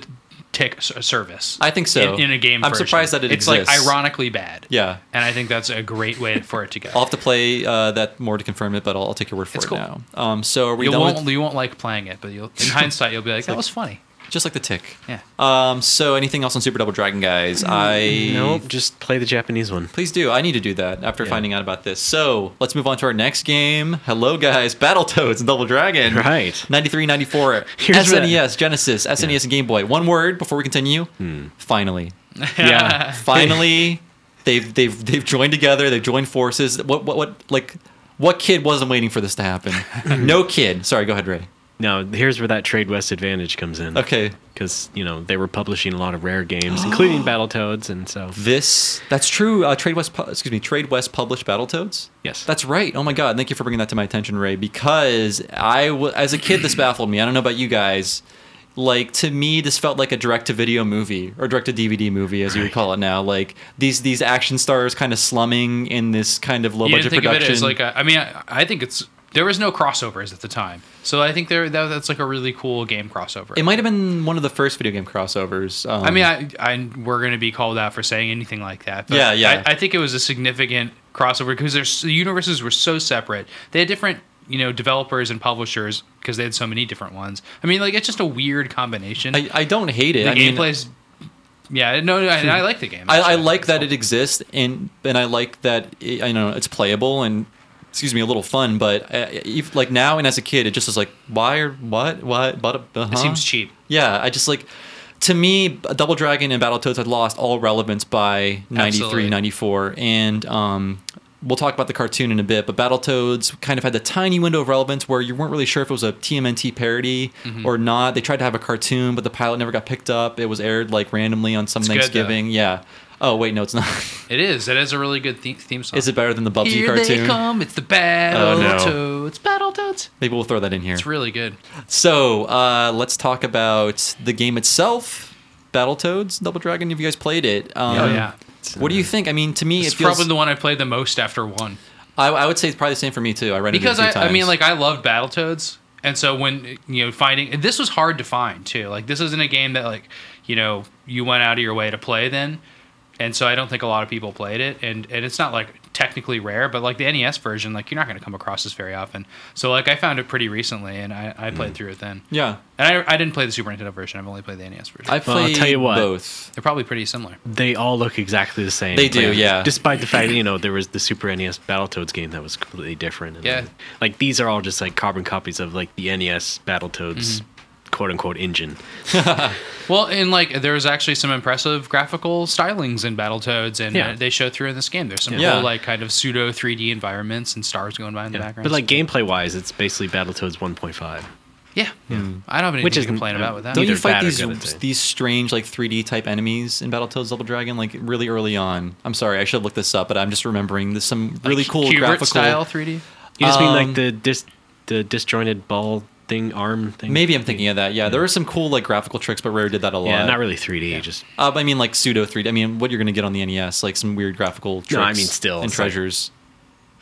B: tick s- a service.
A: I think so.
B: In, in a game,
A: I'm
B: version.
A: surprised that it
B: it's
A: exists.
B: like ironically bad.
A: yeah,
B: and I think that's a great way for it to go.
A: I'll have to play uh, that more to confirm it, but I'll, I'll take your word for
B: It's
A: it
B: cool.
A: now. Um, so are we
B: you
A: done
B: won't
A: with?
B: you won't like playing it, but you'll in hindsight you'll be like that was funny.
A: just like the tick.
B: Yeah.
A: Um, so anything else on Super Double Dragon, guys? I
B: Mm.
C: Nope, just play the Japanese one.
A: Please do. I need to do that after
C: Yeah.
A: finding out about this. So let's move on to our next game. Hello, guys. Battletoads and Double Dragon.
C: Right.
A: 93, 94.
C: Here's
A: SNES, E Genesis, SNES, and Game Boy. One word before we continue.
C: Hmm.
A: Finally.
C: Yeah.
A: Finally, they've, they've, they've joined together. They've joined forces. What, what, what, like, what kid wasn't waiting for this to happen? no kid. Sorry, go ahead, Ray.
C: No, here's where that Trade West advantage comes in.
A: Okay.
C: Because, you know, they were publishing a lot of rare games, including Battletoads, and so.
A: This that's true. Uh, Trade West, pu- excuse me, Trade West published Battletoads.
C: Yes.
A: that's right. Oh my god, thank you for bringing that to my attention, Ray. Because I, w- as a kid, this baffled me. I don't know about you guys. Like to me, this felt like a direct-to-video movie or direct-to-DVD movie, as you would call it now. Like these these action stars kind of slumming in this kind of
B: you
A: low-budget
B: didn't think
A: production.
B: of it as like a, I mean, I, I think it's there was no crossovers at the time, so I think there that, that's like a really cool game crossover.
A: it might have been one of the first video game crossovers. Um,
B: I mean, I, I we're gonna be called out for saying anything like that. But
A: Yeah, yeah.
B: I, I think it was a significant crossover because there's the universes were so separate. They had different, you know, developers and publishers because they had so many different ones. I mean, like it's just a weird combination.
A: I, I don't hate it.
B: the
A: I mean, Hmm.
B: gameplay's, yeah, no, no, I, I like the game.
A: I, I
B: actually.
A: like that
B: It's
A: it exists, and and I like that it, I know it's playable and excuse me, a little fun. But uh, if, like now and as a kid, it just is like why or what what but uh,
B: cool. It seems cheap.
A: Yeah, I just like to me, Double Dragon and Battletoads had lost all relevance by 93,
B: Absolutely.
A: 94. and um. We'll talk about the cartoon in a bit, but Battletoads kind of had the tiny window of relevance where you weren't really sure if it was a TMNT parody
B: Mm-hmm.
A: or not. They tried to have a cartoon, but the pilot never got picked up. It was aired like randomly on some
B: It's good, though.
A: Thanksgiving. yeah. Oh wait, no, it's not.
B: It is. It has a really good theme, theme song.
A: Is it better than the Bubsy
B: Here
A: cartoon? Oh,
B: they come. It's the Battletoads.
C: Oh,
B: Battletoads.
A: Maybe we'll throw that in here.
B: It's really good.
A: So uh, let's talk about the game itself. Battletoads, Double Dragon. Have you guys played it? Um,
B: Oh, yeah.
A: What do you think? I mean, to me,
B: It's
A: it feels.
B: probably the one I played the most after one.
A: I, I would say it's probably the same for me too. I read
B: Because
A: it a
B: I,
A: few times.
B: I mean, like, I loved Battletoads. And so when, you know, finding and this was hard to find too. Like, this isn't a game that, like, you know, you went out of your way to play then. And so I don't think a lot of people played it. And, and it's not, like, technically rare, but, like, the NES version, like, you're not going to come across this very often. So, like, I found it pretty recently and I, I
A: Hmm.
B: played through it then.
A: yeah,
B: And I, I didn't play the Super Nintendo version, I've only played the NES version.
A: I
C: Well, I'll
A: played
C: tell you what.
A: both.
B: They're probably pretty similar.
C: They all look exactly the same.
A: They do,
C: Like,
A: yeah.
C: Despite the fact that, you know, there was the Super NES Battletoads game that was completely different. and
B: Yeah.
C: then- Like, these are all just, like, carbon copies of, like, the NES Battletoads
A: Mm-hmm.
C: quote unquote engine.
B: Well, and like there's actually some impressive graphical stylings in Battletoads, and
C: Yeah.
B: uh, they show through in this game. There's some
A: Yeah.
B: cool, like, kind of pseudo 3D environments and stars going by in the background.
C: But, like, gameplay wise, it's basically Battletoads 1.5.
B: yeah, I don't have
C: Which
B: anything to
C: isn't-
B: complain about with that.
A: Don't you
C: Either
A: fight
C: bad or
A: these
C: good, I'd say.
A: these strange like 3D type enemies in Battletoads Double Dragon like really early on? I'm sorry, I should have looked this up, but I'm just remembering there's some really cool
B: Qbert
A: graphical
B: style 3D.
C: You just mean,
A: Um,
C: like, the, dis- the disjointed ball thing, arm thing?
A: Maybe I'm thinking of that. Yeah, there were some cool like graphical tricks, but Rare did that a lot.
C: Yeah, not really 3D, just
A: Uh, but I mean, like pseudo 3D. I mean, what you're going to get on the NES, like some weird graphical tricks.
C: No, I mean, still,
A: and
C: it's like-
A: treasures.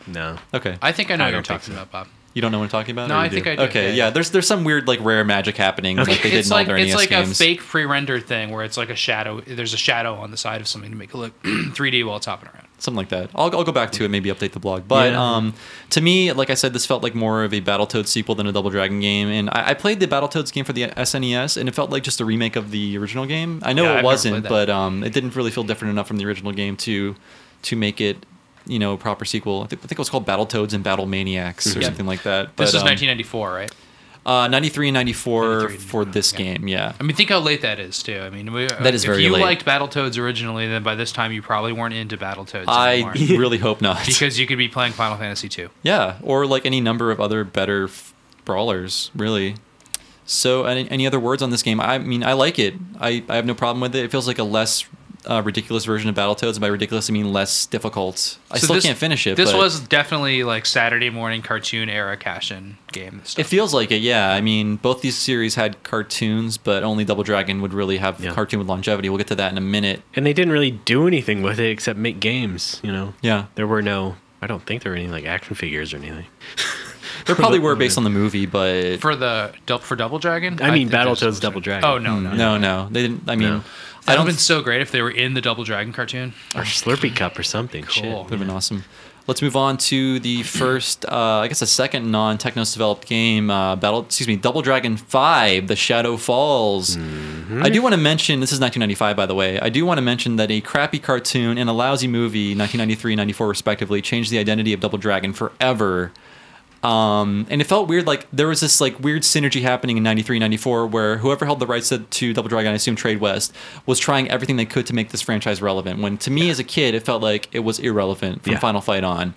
C: no.
A: okay,
B: I think I know
C: I
B: what you're
C: don't think
B: talking
C: so.
B: about, Bob.
A: you don't know what I'm talking about.
B: No,
A: or you
B: I think I do,
A: Okay,
B: yeah,
A: yeah,
B: yeah.
A: there's there's some weird like rare magic happening like they did
B: it's
A: in all
B: like
A: their
B: it's
A: NES
B: like
A: games.
B: a fake free render thing where it's like a shadow. There's a shadow on the side of something to make it look 3D while it's hopping around.
A: something like that. I'll, I'll go back to it, maybe update the blog. But
C: Yeah.
A: um, to me, like I said, this felt like more of a Battletoads sequel than a Double Dragon game. And I, I played the Battletoads game for the SNES, and it felt like just a remake of the original game. I know
B: Yeah, I've
A: it
B: never played
A: wasn't,
B: that.
A: but um, it didn't really feel different enough from the original game to to make it. You know, a proper sequel. I think, I think it was called Battletoads and Battle Maniacs or
B: Mhm. Yeah.
A: something like that.
B: This
A: But,
B: is
A: um,
B: 1994, right?
A: uh, 93 and 94
B: 93,
A: for this
B: yeah.
A: game. Yeah.
B: I mean, think how late that is too. I mean, we,
A: That is
B: if
A: very
B: you
A: late.
B: liked Battletoads originally, then by this time you probably weren't into Battletoads
A: I
B: anymore.
A: really hope not.
B: because you could be playing Final Fantasy two.
A: Yeah, or like any number of other better f- brawlers, really. So, any, any other words on this game? I mean, I like it. I, I have no problem with it. It feels like a less uh, ridiculous version of Battletoads. And by ridiculous, I mean less difficult. I
B: So
A: still
B: this-
A: can't finish it.
B: This
A: but
B: was definitely like Saturday morning cartoon era cash in game.
A: It
B: Stuff.
A: feels like it, yeah. I mean, both these series had cartoons, but only Double Dragon would really have
C: Yeah.
A: cartoon with longevity. We'll get to that in a minute.
C: And they didn't really do anything with it except make games, you know?
A: Yeah.
C: There were no, I don't think there were any, like, action figures or anything.
A: There probably were based on the movie, but
B: for the dou- for Double Dragon.
C: I mean,
B: think there's
C: Battletoads Double Dragon.
A: Hmm.
B: Oh no, no,
A: no, no. They didn't. I mean,
C: No.
B: That
A: I don't
B: would have been so great if they were in the Double Dragon cartoon.
C: or Slurpee cup or something.
B: Cool.
C: Shit.
A: Would have been awesome. Let's move on to the first, uh, I guess, the second non-Technos developed game, uh, Battle. Excuse me, Double Dragon Five: The Shadow Falls. I do want to mention this is 1995, by the way. I do want to mention that a crappy cartoon and a lousy movie, 1993 and 94 respectively, changed the identity of Double Dragon forever. Um, and it felt weird, like there was this like weird synergy happening in 93, 94, where whoever held the rights to, to Double Dragon, I assume Trade West, was trying everything they could to make this franchise relevant. When to me as a kid, it felt like it was irrelevant from
C: Yeah.
A: Final Fight on.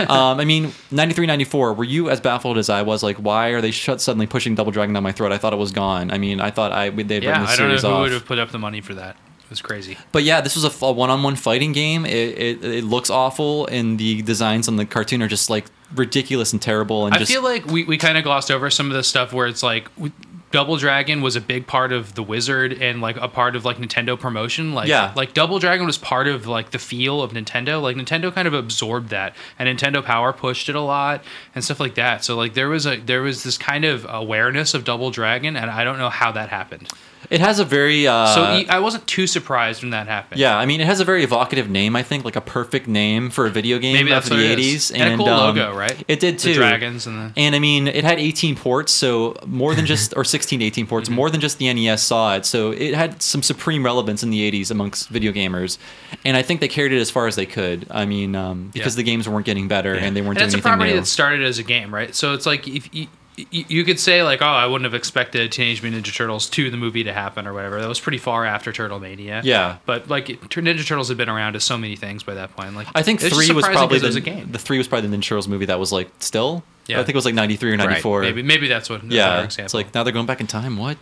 A: um, I mean, 93, 94, were you as baffled as I was? Like, why are they shut suddenly pushing Double Dragon down my throat? I thought it was gone. I mean, I thought I they'd written
B: Yeah,
A: the
B: I don't know
A: series
B: who
A: off.
B: would have put up the money for that. It was crazy.
A: But yeah, this was a f- a, one-on-one fighting game. It, it it looks awful, and the designs on the cartoon are just like ridiculous and terrible. And
B: I
A: just
B: feel like we, we kind of glossed over some of the stuff where it's like we, Double Dragon was a big part of the Wizard and like a part of like Nintendo promotion. Like
A: Yeah.
B: like Double Dragon was part of like the feel of Nintendo. Like Nintendo kind of absorbed that, and Nintendo Power pushed it a lot and stuff like that. So like there was a there was this kind of awareness of Double Dragon, and I don't know how that happened.
A: it has a very uh,
B: So e- I wasn't too surprised when that happened.
A: yeah. I mean, it has a very evocative name. I think like a perfect name for a video game
B: Maybe
A: of
B: that's
A: the
B: what it
A: '80s.
B: is. And a cool
A: um,
B: logo, right?
A: It did
B: The
A: too.
B: dragons and the-
A: And I mean, it had 18 ports, so more than just or 16 to 18
B: Mm-hmm.
A: ports, more than just the NES saw it. So it had some supreme relevance in the 80s amongst video gamers, and I think they carried it as far as they could. I mean, um, because
B: Yeah.
A: the games weren't getting better and they weren't
B: and
A: doing
B: it's a
A: anything
B: property
A: new.
B: that started as a game, right? So it's like if you, you you could say like, oh, I wouldn't have expected Teenage Mutant Ninja Turtles two the movie to happen or whatever. That was pretty far after Turtle Mania.
A: Yeah.
B: but like it- Ninja Turtles had been around as so many things by that point. Like
A: I think
B: it's just
A: three was
B: surprising
A: probably
B: 'cause it
A: the,
B: was a game.
A: the three was probably the Ninja Turtles movie that was like still.
B: Yeah.
A: I think it was like ninety three or ninety four.
B: maybe maybe that's what. That's
A: yeah,
B: Our example.
A: it's like now they're going back in time. What?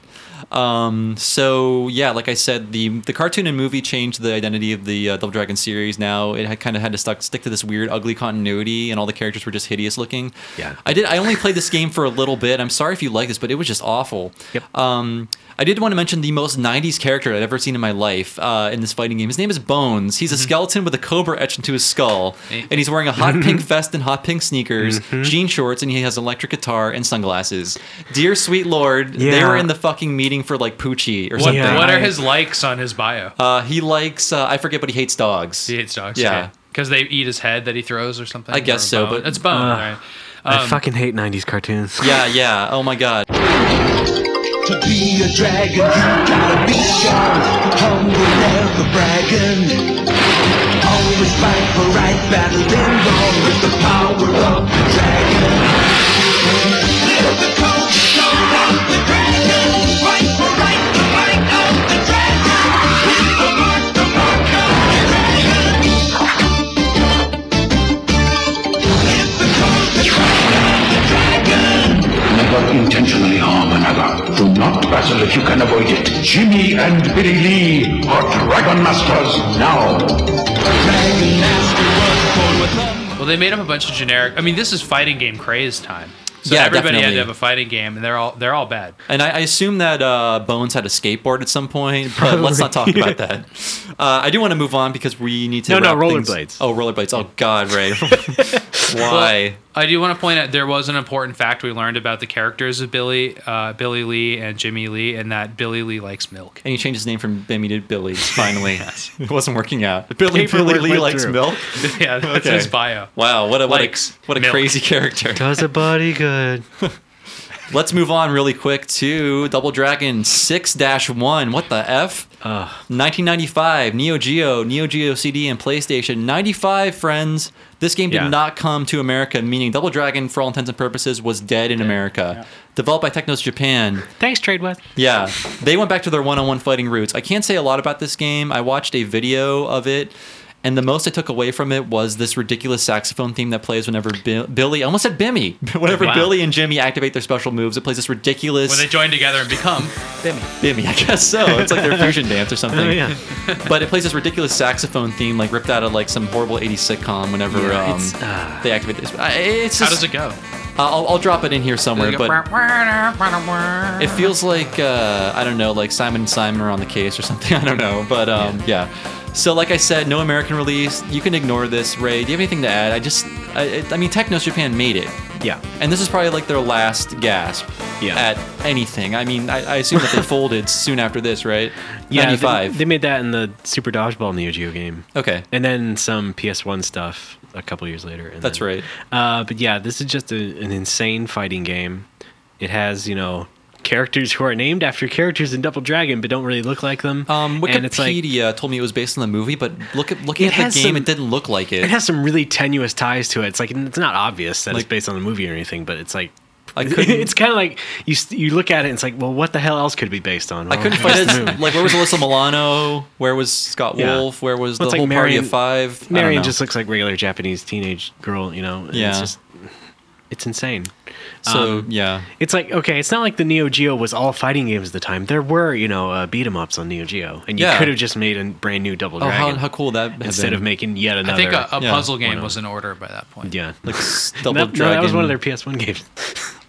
A: Um, so yeah, like I said, the the cartoon and movie changed the identity of the uh, Double Dragon series. Now it had kind of had to stuck, stick to this weird, ugly continuity, and all the characters were just hideous looking.
C: Yeah.
A: I did. I only played this game for a little bit. I'm sorry if you like this, but it was just awful.
C: Yep.
A: Um, I did want to mention the most '90s character I'd ever seen in my life uh, in this fighting game. His name is Bones. He's a
B: Mm-hmm.
A: skeleton with a cobra etched into his skull,
B: Hey.
A: and he's wearing a hot pink vest and hot pink sneakers,
B: Mm-hmm.
A: jean shorts, and he has an electric guitar and sunglasses. Dear sweet lord, they
C: Yeah.
A: were in the fucking meeting for like Poochie or
B: what,
A: something.
C: Yeah.
B: what are his likes on his bio?
A: Uh, he likes uh, I forget, but he hates dogs.
B: he hates dogs.
A: yeah.
B: because they eat his head that he throws or something.
A: I guess
B: or a
A: so,
B: bone.
A: but-
B: it's bone.
C: Uh,
B: right?
C: I
B: Um,
C: fucking hate '90s cartoons.
A: Yeah, yeah. Oh my god.
D: To be a dragon, you gotta be strong, humble, never bragging. Always fight for right, battle and wrong with the power of the dragon. Lift the coat, show off the dragon. Fight for right, the fight of the dragon. Hit the mark, the mark of the dragon. Lift the coat, the fight of the dragon.
E: Never intentionally harm another. Do not wrestle if you can avoid it. Jimmy and Billy Lee are Dragon Masters now.
D: Dragon master was born with a
B: Well, they made up a bunch of generic. I mean, this is fighting game craze time. So
A: Yeah,
B: everybody had
A: definitely.
B: to have a fighting game, and they're all they're all bad.
A: And I, I assume that uh, Bones had a skateboard at some point, but let's not talk about that. Uh, I do want to move on because we need to.
C: No, no,
A: wrap things-
C: rollerblades.
A: Oh, rollerblades. Oh, God, Ray. Why?
B: I do want to point out there was an important fact we learned about the characters of Billy, uh, Billy Lee, and Jimmy Lee, and that Billy Lee likes milk.
A: and he changed his name from Bimmy to Billy. Finally, it wasn't working out. Billy, Billy
C: Paperwork
A: Lee
C: went
A: likes
C: through.
A: milk.
B: yeah, that's
A: Okay.
B: his bio.
A: Wow, what a what
B: Likes
A: a, what a
B: milk.
A: crazy character.
C: Does a body good?
A: Let's move on really quick to Double Dragon 6 1. What the F?
C: Uh, Oh,
A: 1995, Neo Geo, Neo Geo CD, and PlayStation. 95, friends. This game did
C: Yeah.
A: not come to America, meaning Double Dragon, for all intents and purposes, was dead in America. Developed by Technos Japan.
C: Thanks, Trade West.
A: Yeah, they went back to their one-on-one fighting roots. I can't say a lot about this game. I watched a video of it, and the most I took away from it was this ridiculous saxophone theme that plays whenever Bi- Billy, I almost said Bimmy, whenever
B: Wow.
A: Billy and Jimmy activate their special moves. It plays this ridiculous
B: When they join together and become,
A: Bimmy, I guess so. It's like their fusion dance or something.
C: Oh yeah.
A: But it plays this ridiculous saxophone theme, like ripped out of like some horrible '80s sitcom. Whenever
C: Yeah,
A: um,
C: it's, ah.
A: they activate this, I- it's
B: how
A: just,
B: does it go?
A: I'll, I'll drop it in here somewhere, but. It feels like uh, I don't know, like Simon and Simon are on the case or something. I don't know, but um, yeah. So, like I said, no American release. You can ignore this, Ray. Do you have anything to add? I just, I, I mean, Technos Japan made it.
C: Yeah.
A: And this is probably like their last gasp
C: Yeah.
A: at anything. I mean, I, I assume that they folded soon after this, right?
C: Yeah, they-
A: 95.
C: They, made that in the Super Dodgeball Neo Geo game.
A: okay.
C: And then some PS1 stuff a couple years later. and
A: That's
C: then-
A: right.
C: Uh, but yeah, this is just a, an insane fighting game. It has, you know, characters who are named after characters in Double Dragon but don't really look like them.
A: Um,
C: And it's like-
A: Wikipedia told me it was based on the movie, but look at looking
C: It
A: at
C: has
A: the game,
C: some-
A: it didn't look like it.
C: it has some really tenuous ties to it. It's like it's not obvious that
A: Like-
C: it's based on the movie or anything, but it's like
A: I couldn't-
C: it's kind of like you s- you look at it and it's like, well, what the hell else could it be based on?
A: I
C: Well,
A: couldn't
C: it's
A: find
C: the
A: it.
C: movie.
A: Like, where was Alyssa Milano? Where was Scott
C: Yeah.
A: Wolf? Where was
C: Well,
A: the
C: it's like
A: whole party
C: Marion-
A: of five? I don't
C: Marion
A: know.
C: just looks like regular Japanese teenage girl, you know. and
A: Yeah.
C: It's just it's insane.
A: so
C: um,
A: yeah.
C: It's like okay, it's not like the Neo Geo was all fighting games at the time. There were, you know, uh, beat 'em ups on Neo Geo, and you
A: Yeah.
C: could have just made a brand new Double
A: Oh, how,
C: Dragon
A: how cool would that had
C: instead
A: been.
C: of making yet another.
B: I think a, a
A: Yeah.
B: puzzle
C: Why
B: game
C: not?
B: was in order by that point.
C: yeah,
A: like s-
C: no,
A: double
C: no,
A: dragon.
C: that was one of their PS1 games.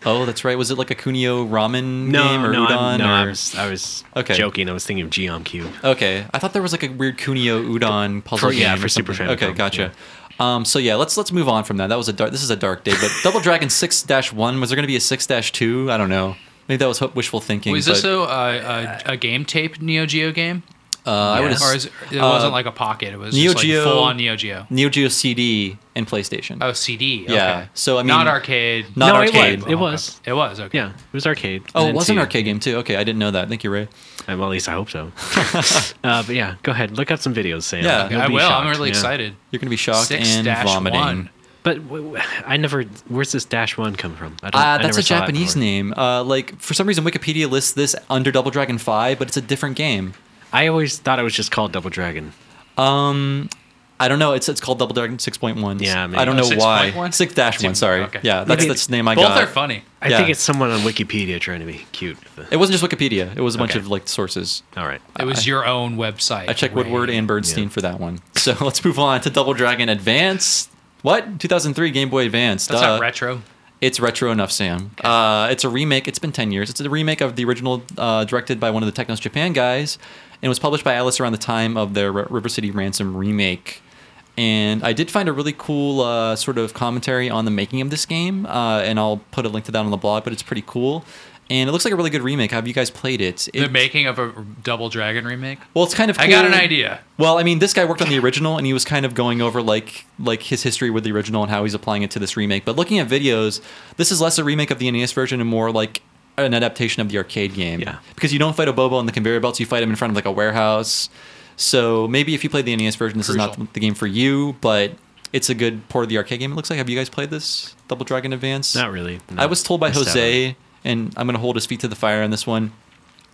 A: Oh, that's right. Was it like a Kunio ramen
C: No,
A: game or
C: no,
A: udon?
C: I'm, no, I
A: or-
C: was, I was
A: Okay.
C: joking. I was thinking of Geom Cube.
A: Okay, I thought there was like a weird Kunio udon puzzle
C: For-
A: game.
C: yeah,
A: or
C: for Super
A: something. Okay,
C: Famicom,
A: gotcha. Um, so yeah, let's let's move on from that. That was a dark. This is a dark day. But Double Dragon six one was there going to be a six two? I don't know. Maybe that was ho- wishful thinking.
B: Was
A: but,
B: this a, a, a, a game tape Neo Geo game?
A: uh, I would
C: Yes.
B: Or is it, it
A: Uh,
B: wasn't like a pocket. It was
A: Neo
B: just
A: Geo-
B: like full on Neo Geo.
A: Neo Geo CD and PlayStation.
B: Oh, CD. Okay.
A: Yeah, so, I mean-
B: not arcade. Oh,
A: Not
C: no,
A: arcade.
C: it was. It
B: It was
C: was.
B: okay.
C: Yeah, it was arcade.
A: Oh, it
C: And
A: was an
C: CD.
A: arcade game too. Okay, I didn't know that. Thank you, Ray.
C: Uh, Well, at least I hope so. uh, but yeah, go ahead. Look up some videos, Sam.
A: Yeah.
B: Okay,
C: You'll
B: I
C: be
B: will.
C: shocked,
B: I'm really
C: yeah.
B: excited.
A: You're going to be shocked and
B: 6-1.
A: vomiting.
C: But w- w- I never. Where's this dash one come from? I don't,
A: Uh,
C: I
A: that's
C: never
A: a
C: saw that
A: Japanese
C: before.
A: name. Uh, like for some reason, Wikipedia lists this under Double Dragon Five, but it's a different game.
C: I always thought it was just called Double Dragon.
A: I don't know. It's it's called Double Dragon Six Point One.
C: Yeah, maybe.
A: I don't know
B: Oh,
A: why.
B: 6.1?
A: Six dash one. Sorry.
B: Okay.
A: Yeah, that's
C: Maybe-
A: that's the name I
B: Both
A: got.
B: are funny.
C: I
A: Yeah.
C: think it's someone on Wikipedia trying to be cute.
A: It wasn't just Wikipedia. It was a bunch
C: Okay.
A: of like sources.
C: All right.
B: It was your own website.
A: I checked
B: Ray.
A: Woodward and Birdstein
C: Yeah.
A: for that one. So let's move on to Double Dragon Advance. What? 2003 Game Boy Advance.
B: That's
A: duh.
B: not retro.
A: It's retro enough, Sam. Uh, it's a remake. It's been 10 years. It's a remake of the original, uh, directed by one of the Technos Japan guys, and was published by Alice around the time of their R- River City Ransom remake. And I did find a really cool uh, sort of commentary on the making of this game, uh, and I'll put a link to that on the blog, but it's pretty cool. And it looks like a really good remake. Have you guys played it?
B: The
A: It-
B: making of a Double Dragon remake.
A: well, it's kind of.
B: I got
A: cool-
B: an idea.
A: Well, I mean, this guy worked on the original, and he was kind of going over like like his history with the original and how he's applying it to this remake. But looking at videos, this is less a remake of the NES version and more like an adaptation of the arcade game.
C: Yeah.
A: Because you don't fight a Bobo on the conveyor belts; you fight him in front of like a warehouse. So maybe if you played the NES version, this is
B: Crucial.
A: not the game for you. But it's a good port of the arcade game. It looks like. Have you guys played this Double Dragon Advance?
C: Not really.
A: I was told by
C: Missed out on it.
A: Jose, and I'm going to hold his feet to the fire on this one.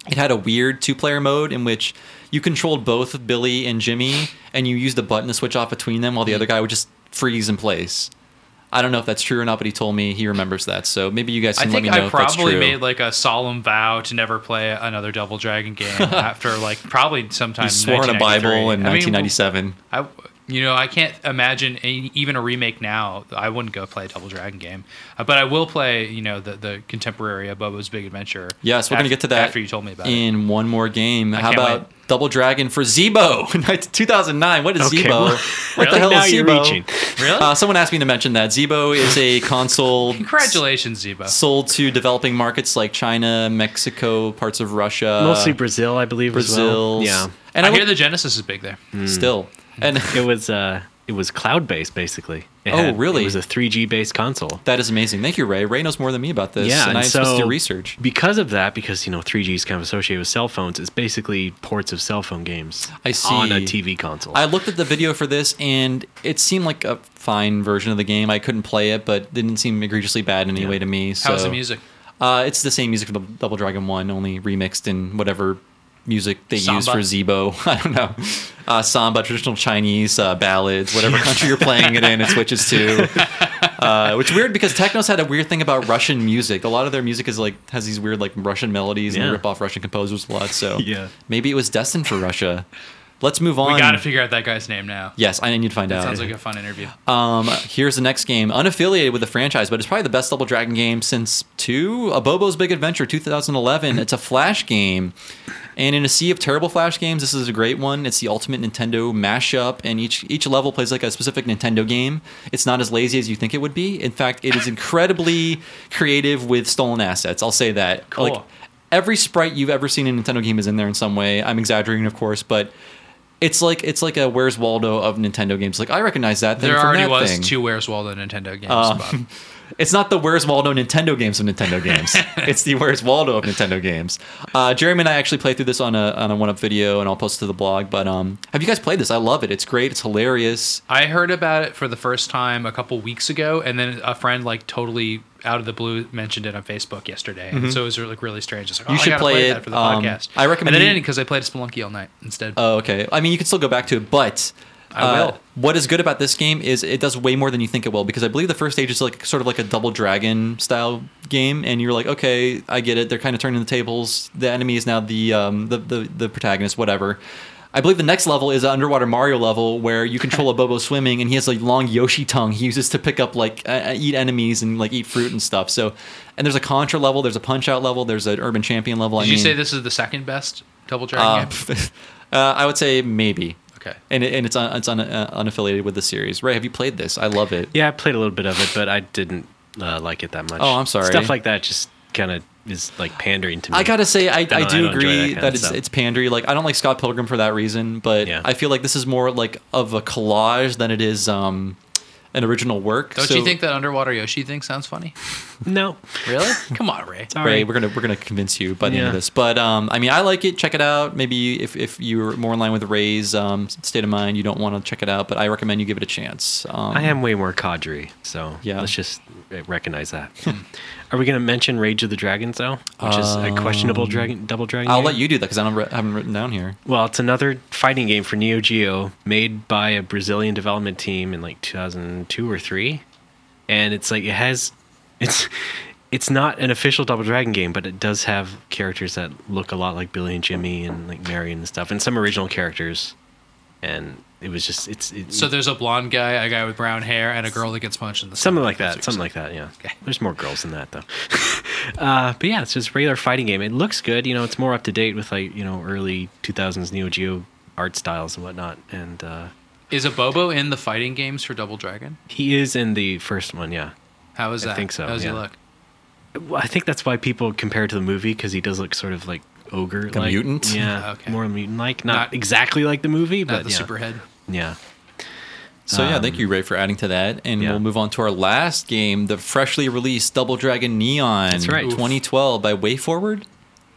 A: It had a weird two player mode in which you controlled both Billy and Jimmy, and you used a button to switch off between them while
B: Hmm.
A: the other guy would just freeze in place. I don't know if that's true or not, but he told me he remembers that. So maybe you guys
B: I
A: can
B: think
A: let me know
B: I
A: if that's
B: probably
A: true.
B: made like a solemn vow to never play another Double Dragon game after like probably sometime.
A: he swore in a
B: 1993.
A: Bible in
B: I mean,
A: 1997.
B: I, you know, I can't imagine any, even a remake now. I wouldn't go play a Double Dragon game, Uh, but I will play. You know, the the contemporary of Bobo's Big Adventure.
A: yes, we're
B: af-
A: going to get to that
B: after you told me about it.
A: in one more game. How
B: can't
A: about Double Dragon for Zebo? 2009. What is
C: Okay,
A: Zebo?
C: well-
A: what the
B: Really?
A: hell
C: now
A: is
C: you're
A: Zebo?
C: reaching.
B: Really?
A: Uh, someone asked me to mention that Zebo is a console
B: Congratulations, Zebo.
A: sold to developing markets like China, Mexico, parts of Russia,
C: Mostly Brazil, I believe. as well.
A: Brazil.
C: Yeah.
A: and
B: I
A: I,
B: hear Mm.
A: look-
B: the Genesis is big there.
A: Mm. still and
C: It was uh, it was cloud based basically. It
A: Oh, really?
C: It was a 3G based console.
A: that is amazing. Thank you, Ray. Ray knows more than me about this. and, I'm supposed to do research.
C: because of that, because you know 3G is kind of associated with cell phones. It's basically ports of cell phone games
A: I see.
C: on a TV console.
A: I looked at the video for this, and it seemed like a fine version of the game. I couldn't play it, but it didn't seem egregiously bad in any
C: Yeah.
A: way to me. So.
B: How was the music?
A: Uh, it's the same music for Dou- Double Dragon One, only remixed in whatever music they use
B: Samba?
A: for Zebo. I don't know. Uh, samba, traditional Chinese uh, ballads, whatever country you're playing it in, it switches to. Uh, which is weird because Technos had a weird thing about Russian music. A lot of their music is like has these weird like Russian melodies and
C: Yeah.
A: they rip off Russian composers a lot. So
C: Yeah.
A: maybe it was destined for Russia. Let's move on.
B: We got to figure out that guy's name now.
A: Yes, I need to find
B: That
A: out.
B: sounds like a fun interview.
A: Um, here's the next game, unaffiliated with the franchise, but it's probably the best Double Dragon game since two, A Bobo's Big Adventure 2011. It's a Flash game, and in a sea of terrible Flash games, this is a great one. It's the ultimate Nintendo mashup, and each each level plays like a specific Nintendo game. It's not as lazy as you think it would be. In fact, it is incredibly creative with stolen assets. I'll say that.
B: Cool.
A: Like every sprite you've ever seen in a Nintendo game is in there in some way. I'm exaggerating, of course, but. It's like it's like a Where's Waldo of Nintendo games. Like I recognize that thing
B: there
A: from
B: already
A: that
B: was
A: thing. Uh,
B: two Where's Waldo Nintendo games. Bob.
A: It's not the Where's Waldo Nintendo games of Nintendo games. it's the Where's Waldo of Nintendo games. Uh, Jeremy and I actually played through this on a on a one up video, and I'll post it to the blog. But um, have you guys played this? I love it. It's great. It's hilarious.
B: I heard about it for the first time a couple weeks ago, and then a friend like totally out of the blue mentioned it on Facebook yesterday, and so it was like really strange. It's like,
A: Mm-hmm.
B: oh,
A: You
B: I
A: should
B: gotta
A: play it.
B: that for the
A: Um,
B: podcast.
A: I recommend
B: And
A: you-
B: then because I played Spelunky all night instead.
A: Oh, okay. I mean, you can still go back to it, but uh,
B: I will.
A: What is good about this game is it does way more than you think it will because I believe the first stage is like sort of like a double dragon style game, and you're like, okay, I get it. They're kind of turning the tables. The enemy is now the um, the, the the protagonist, whatever. I believe the next level is an underwater Mario level where you control a Bobo swimming, and he has a long Yoshi tongue he uses to pick up like uh, eat enemies and like eat fruit and stuff. So, and there's a Contra level, there's a Punch Out level, there's an Urban Champion level. I
B: Did you
A: mean,
B: say this is the second best Double Dragon
A: uh,
B: game?
A: uh, I would say maybe
B: Okay.
A: and it, and it's un, it's un, uh, unaffiliated with the series. Ray, have you played this? I love it.
C: Yeah, I played a little bit of it, but I didn't uh, like it that much.
A: Oh, I'm sorry.
C: Stuff like that just kind of is like pandering to me.
A: I gotta say, I, I
C: don't- I
A: do
C: don't enjoy that
A: agree
C: kind
A: that,
C: of
A: it's
C: stuff.
A: it's pandry. Like I don't like Scott Pilgrim for that reason, but
C: Yeah.
A: I feel like this is more like of a collage than it is um, an original work.
B: Don't
A: So-
B: you think that underwater Yoshi thing sounds funny?
C: no.
B: Really? Come on, Ray.
A: Ray, we're gonna we're gonna convince you by the end of
C: Yeah.
A: this. But um, I mean, I like it. Check it out. Maybe if, if you're more in line with Ray's um, state of mind, you don't want to check it out. But I recommend you give it a chance. Um,
C: I am way more cadre, so
A: Yeah. Hmm.
C: let's just uh, recognize that. Are we going to mention Rage of the Dragons though, which is a questionable dragon, double dragon?
A: Um, I'll
C: game?
A: let you do that because I don't re- haven't written down here.
C: Well, it's another fighting game for Neo Geo made by a Brazilian development team in like 2002 or 3. And it's like it has it's it's not an official Double Dragon game, but it does have characters that look a lot like Billy and Jimmy and like Marion and stuff and some original characters. And it was just it's it's
B: So there's a blonde guy, a guy with brown hair, and a girl that gets punched in the
C: something
B: stomach.
C: like that,
B: That's what
C: something
B: you're
C: like that, yeah. There's more girls than that though. uh, but yeah, it's just a regular fighting game. It looks good, you know, it's more up to date with like, you know, early 2000s Neo Geo art styles and whatnot and uh
B: saying. Is a Bobo in the fighting games for Double Dragon?
C: He is in the first one, yeah.
B: How is
C: I
B: that?
C: think so,
B: How does
C: yeah.
B: he look?
C: Well, I think that's why people compare it to the movie because he does look sort of like ogre, like,
A: mutant?
C: Yeah,
B: Okay.
C: more mutant-like. Not,
B: Not-
C: exactly like the movie,
B: Not
C: but
B: the
C: yeah.
B: superhead.
C: yeah.
A: So yeah,
B: Um,
A: thank you, Ray, for adding to that, and
C: Yeah.
A: we'll move on to our last game, the freshly released Double Dragon Neon,
C: That's right. Oof.
A: 2012 by WayForward.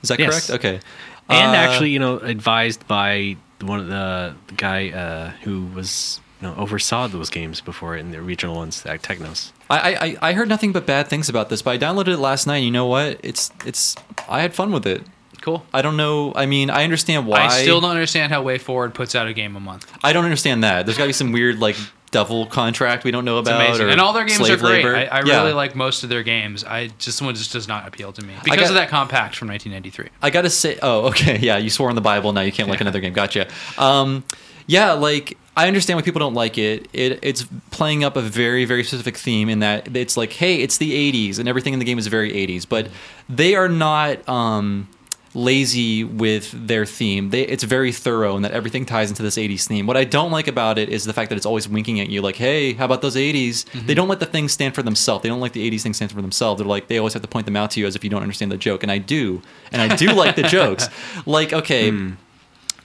A: Is that
C: Yes.
A: correct? Okay.
C: And
A: Uh,
C: actually, you know, advised by one of the, the guy uh, who was you know oversaw those games before in the original ones, like Technos.
A: I, I- I I heard nothing but bad things about this, but I downloaded it last night. You know what? It's it's I had fun with it.
B: Cool.
A: I don't know. I mean, I understand why.
B: I still don't understand how Way Forward puts out a game a month.
A: I don't understand that. There's got to be some weird like devil contract we don't know
C: Oh,
B: It's
A: about.
B: amazing.
A: or
B: And all their games are
A: slave
B: great.
A: labor.
B: I, I
A: Yeah.
B: really like most of their games. I just one just does not appeal to me because
A: got-
B: of that compact from 1993.
A: I gotta say, oh, okay, yeah, you swore on the Bible, now you can't like another game. Gotcha. Um, yeah, like I understand why people don't like it. It it's playing up a very very specific theme in that it's like, hey, it's the '80s, and everything in the game is very '80s, but they are not. Um, lazy with their theme they, it's very thorough and that everything ties into this 80s theme what i don't like about it is the fact that it's always winking at you like hey how about those 80s they don't let the things stand for themselves they don't like the 80s things stand for themselves they're like they always have to point them out to you as if you don't understand the joke and i do and i do like the jokes like okay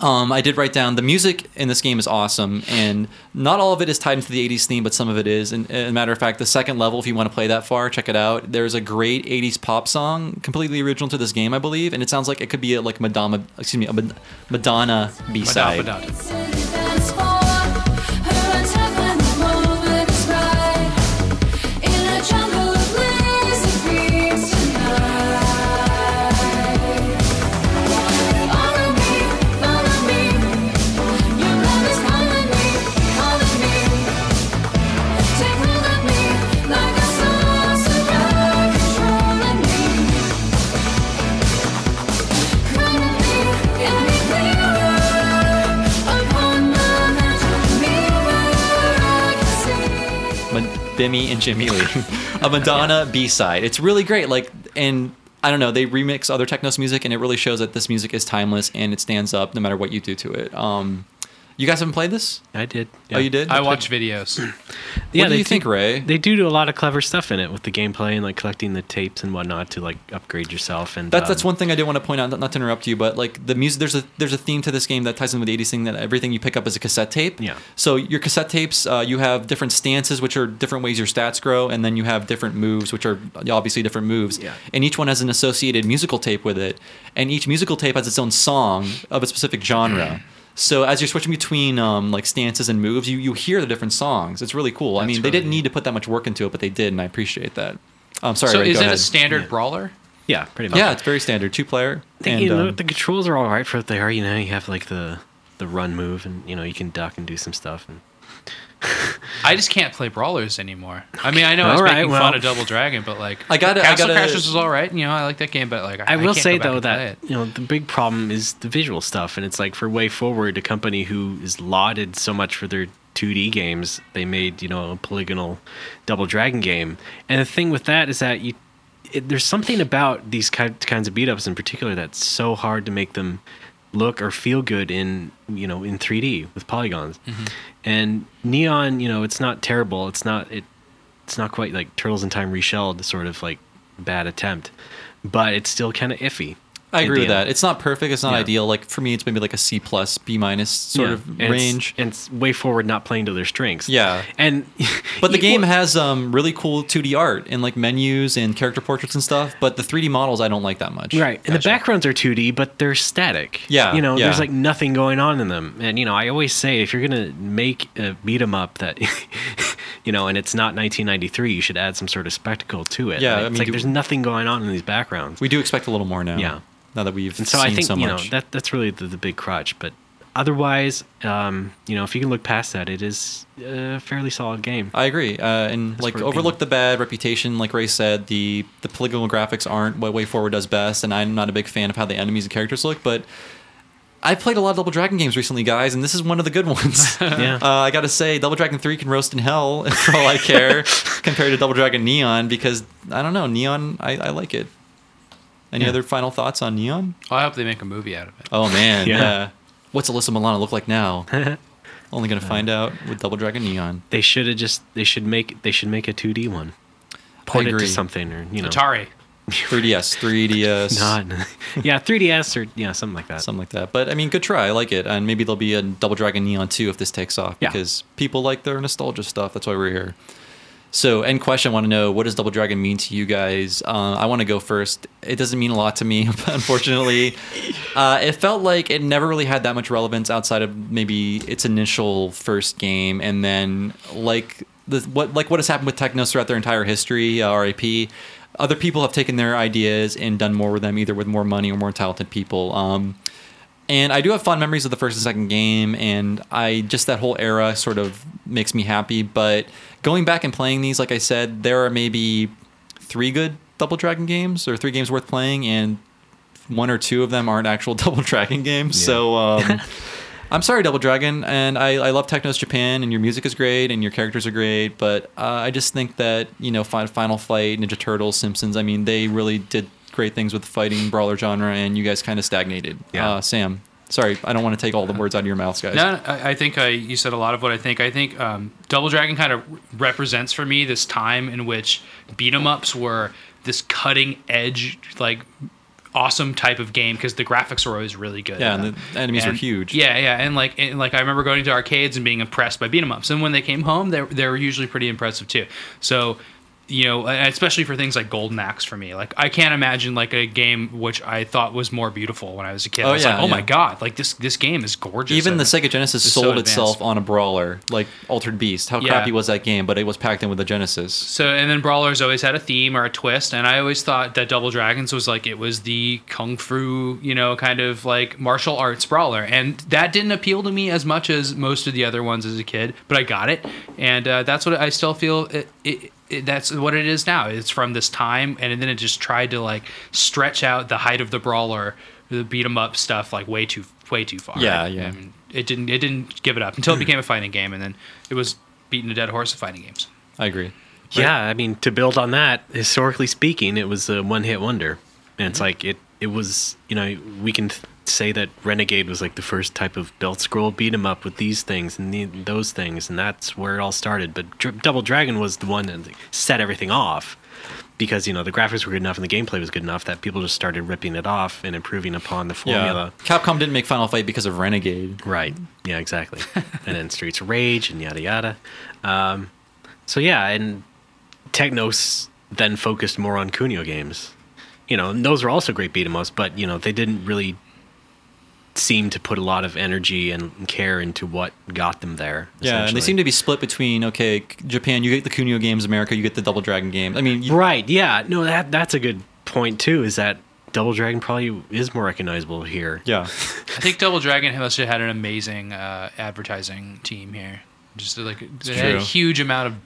A: um, I did write down the music in this game is awesome, and not all of it is tied into the '80s theme, but some of it is. And as a matter of fact, the second level, if you want to play that far, check it out. There's a great '80s pop song, completely original to this game, I believe, and it sounds like it could be a, like Madonna, excuse me, a Mad- Madonna
B: Madonna,
A: B-side.
B: Madonna.
F: Couldn't be any clearer.
A: Bimmy and Jimmy Lee, a Madonna B side. It's really great. Like, and I don't know, they remix other technos music, and it really shows that this music is timeless and it stands up no matter what you do to it. Um, you guys haven't played this?
C: I did.
A: Oh, you did?
B: I watch videos.
A: What do
C: they
A: you think, Ray?
C: They do do a lot of clever stuff in it with the gameplay and like collecting the tapes and whatnot to like upgrade yourself. And
A: That's that's
C: um,
A: one thing I did want to point out. Not not to interrupt you, but like the music, there's a there's a theme to this game that ties in with the '80s thing that everything you pick up is a cassette tape.
C: Yeah.
A: So your cassette tapes, uh, you have different stances, which are different ways your stats grow, and then you have different moves, which are obviously different moves.
C: Yeah.
A: And each one has an associated musical tape with it, and each musical tape has its own song of a specific genre. So as you're switching between um, like stances and moves, you you hear the different songs. It's really cool. I mean, they
C: really
A: didn't need to put that much work into it, but they did, and I appreciate that. I'm sorry.
B: so
A: Ray,
B: is
A: go
B: it
A: ahead.
B: a standard brawler?
C: yeah, pretty much.
A: Yeah, it's very standard. Two player.
C: The,
A: and,
C: you know,
A: um,
C: the controls are all right for what they are. You know, you have like the the run move, and you know you can duck and do some stuff. And
B: I just can't play brawlers anymore. I mean, I know I was
C: All right,
B: making
C: well-
B: fun of Double Dragon, but like,
A: I gotta- I
B: Castle
A: gotta-
B: Crashers was all right. You know, I like that game, but like, I,
C: I will
B: can't
C: say
B: go back
C: though
B: and play
C: that
B: it.
C: you know the big problem is the visual stuff, and it's like for Way Forward, a company who is lauded so much for their 2D games, they made you know a polygonal Double Dragon game, and the thing with that is that you it, there's something about these ki- kinds of beat ups in particular that's so hard to make them look or feel good in you know in 3D with polygons,
B: Mm-hmm.
C: and Neon, you know, it's not terrible, it's not it it's not quite like Turtles in Time reshelled sort of like bad attempt, but it's still kind of iffy.
A: I
C: at
A: agree
C: the
A: with that.
C: end.
A: It's not perfect. It's not
C: Yeah.
A: ideal. Like for me, it's maybe like a C plus, B minus sort
C: Yeah.
A: of
C: And it's-
A: range.
C: and it's way forward, not playing to their strengths.
A: Yeah.
C: and
A: but the
C: you-
A: game
C: well,
A: has um, really cool 2D art and like menus and character portraits and stuff. But the 3D models, I don't like that much.
C: right, and the backgrounds are 2D, but they're static.
A: Yeah,
C: you know,
A: yeah.
C: there's like nothing going on in them. And you know, I always say if you're gonna make a beat 'em up that. You know, and it's not 1993. You should add some sort of spectacle to it.
A: Yeah, I
C: And it's
A: mean,
C: like
A: do-
C: there's nothing going on in these backgrounds.
A: We do expect a little more now.
C: Yeah.
A: Now that we've
C: And so
A: seen
C: I think
A: so
C: you
A: much.
C: know that that's really the, the big crutch. But otherwise, um, you know, if you can look past that, it is a fairly solid game.
A: I agree, uh, and like
C: for it being-
A: overlook the bad reputation. Like Ray said, the the polygonal graphics aren't what Way Forward does best, and I'm not a big fan of how the enemies and characters look. But I played a lot of Double Dragon games recently, guys, and this is one of the good ones.
C: Yeah.
A: uh, I gotta say, Double Dragon Three can roast in hell for all I care compared to Double Dragon Neon because I don't know Neon. I, I like it. Any other final thoughts on Neon?
B: I hope they make a movie out of it.
A: Oh man, yeah.
C: Yeah.
A: What's Alyssa Milano look like now? Only gonna find out with Double Dragon Neon.
C: They should have just they should make they should make a 2D one.
A: I
C: Port it
A: agree.
C: to something or you know
B: Atari.
A: 3DS, 3DS.
C: not yeah 3DS or yeah something like that.
A: something like that. But I mean, good try. I like it, and maybe there'll be a Double Dragon Neon 2 if this takes off
C: Yeah.
A: because people like their nostalgia stuff. That's why we're here. So, end question. I want to know what does Double Dragon mean to you guys? Uh, I want to go first. It doesn't mean a lot to me, unfortunately. uh, it felt like it never really had that much relevance outside of maybe its initial first game, and then like the, what like what has happened with Technos throughout their entire history. Uh, RIP. Other people have taken their ideas and done more with them, either with more money or more talented people. Um, and I do have fond memories of the first and second game, and I just that whole era sort of makes me happy. But going back and playing these, like I said, there are maybe three good Double Dragon games or three games worth playing, and one or two of them aren't actual Double Dragon games. So um, I'm sorry, Double Dragon, and I, I love Technos Japan, and your music is great, and your characters are great, but uh, I just think that you know Fi- Final Fight, Ninja Turtles, Simpsons. I mean, they really did great things with the fighting brawler genre, and you guys kind of stagnated.
C: Yeah.
A: Uh, Sam, sorry, I don't want to take all the words out of your mouths, guys.
B: No, no, I, I think I, you said a lot of what I think. I think um, Double Dragon kind of represents for me this time in which beat 'em ups were this cutting edge, like awesome type of game because the graphics were always really good.
A: Yeah, and the enemies were
B: And-
A: huge.
B: Yeah, yeah, and like and like I remember going to arcades and being impressed by beat 'em ups, and when they came home, they they were usually pretty impressive too. So. You know, and especially for things like Golden Axe for me. Like, I can't imagine like a game which I thought was more beautiful when I was a kid.
A: Oh,
B: I was
A: yeah,
B: like, oh my
A: yeah.
B: god, like this this game is gorgeous.
A: Even
B: And-
A: the Sega Genesis
B: It's so
A: sold
B: advanced.
A: itself on a brawler, like Altered Beast. How
B: Yeah.
A: crappy was that game? But it was packed in with a Genesis.
B: So and then Brawlers always had a theme or a twist, and I always thought that Double Dragons was like it was the kung fu, you know, kind of like martial arts brawler, and that didn't appeal to me as much as most of the other ones as a kid. But I got it, and uh, that's what I still feel. It, it, it, that's what it is now. It's from this time, and then it just tried to like stretch out the height of the brawler, the beat 'em up stuff, like way too way too far.
A: Yeah, yeah.
B: I mean, it didn't it didn't give it up until it became a fighting game, and then it was beating a dead horse of fighting games.
A: I agree.
C: Yeah, I mean, to build on that, historically speaking, it was a one-hit wonder, and it's like it it was. You know, we can th- say that Renegade was like the first type of belt scroll beat 'em up with these things and the, those things, and that's where it all started. But Dr- Double Dragon was the one that set everything off because you know the graphics were good enough and the gameplay was good enough that people just started ripping it off and improving upon the formula.
A: Capcom didn't make Final Fight because of Renegade.
C: Right.
A: Mm-hmm.
C: Yeah, exactly. and then Streets of Rage and yada yada. Um, so yeah, and Technos then focused more on Kunio games. You know, and those were also great beat 'em ups, but you know they didn't really seem to put a lot of energy and care into what got them there.
A: Yeah, and they
C: essentially.
A: seem to be split between okay, K- Japan, you get the Kunio games, America, you get the Double Dragon games. I mean, you,
C: Right. Yeah. No, that that's a good point too. Is that Double Dragon probably is more recognizable here.
A: yeah,
B: I think Double Dragon must have had an amazing uh, advertising team here. Just like they had a
A: true.
B: huge amount of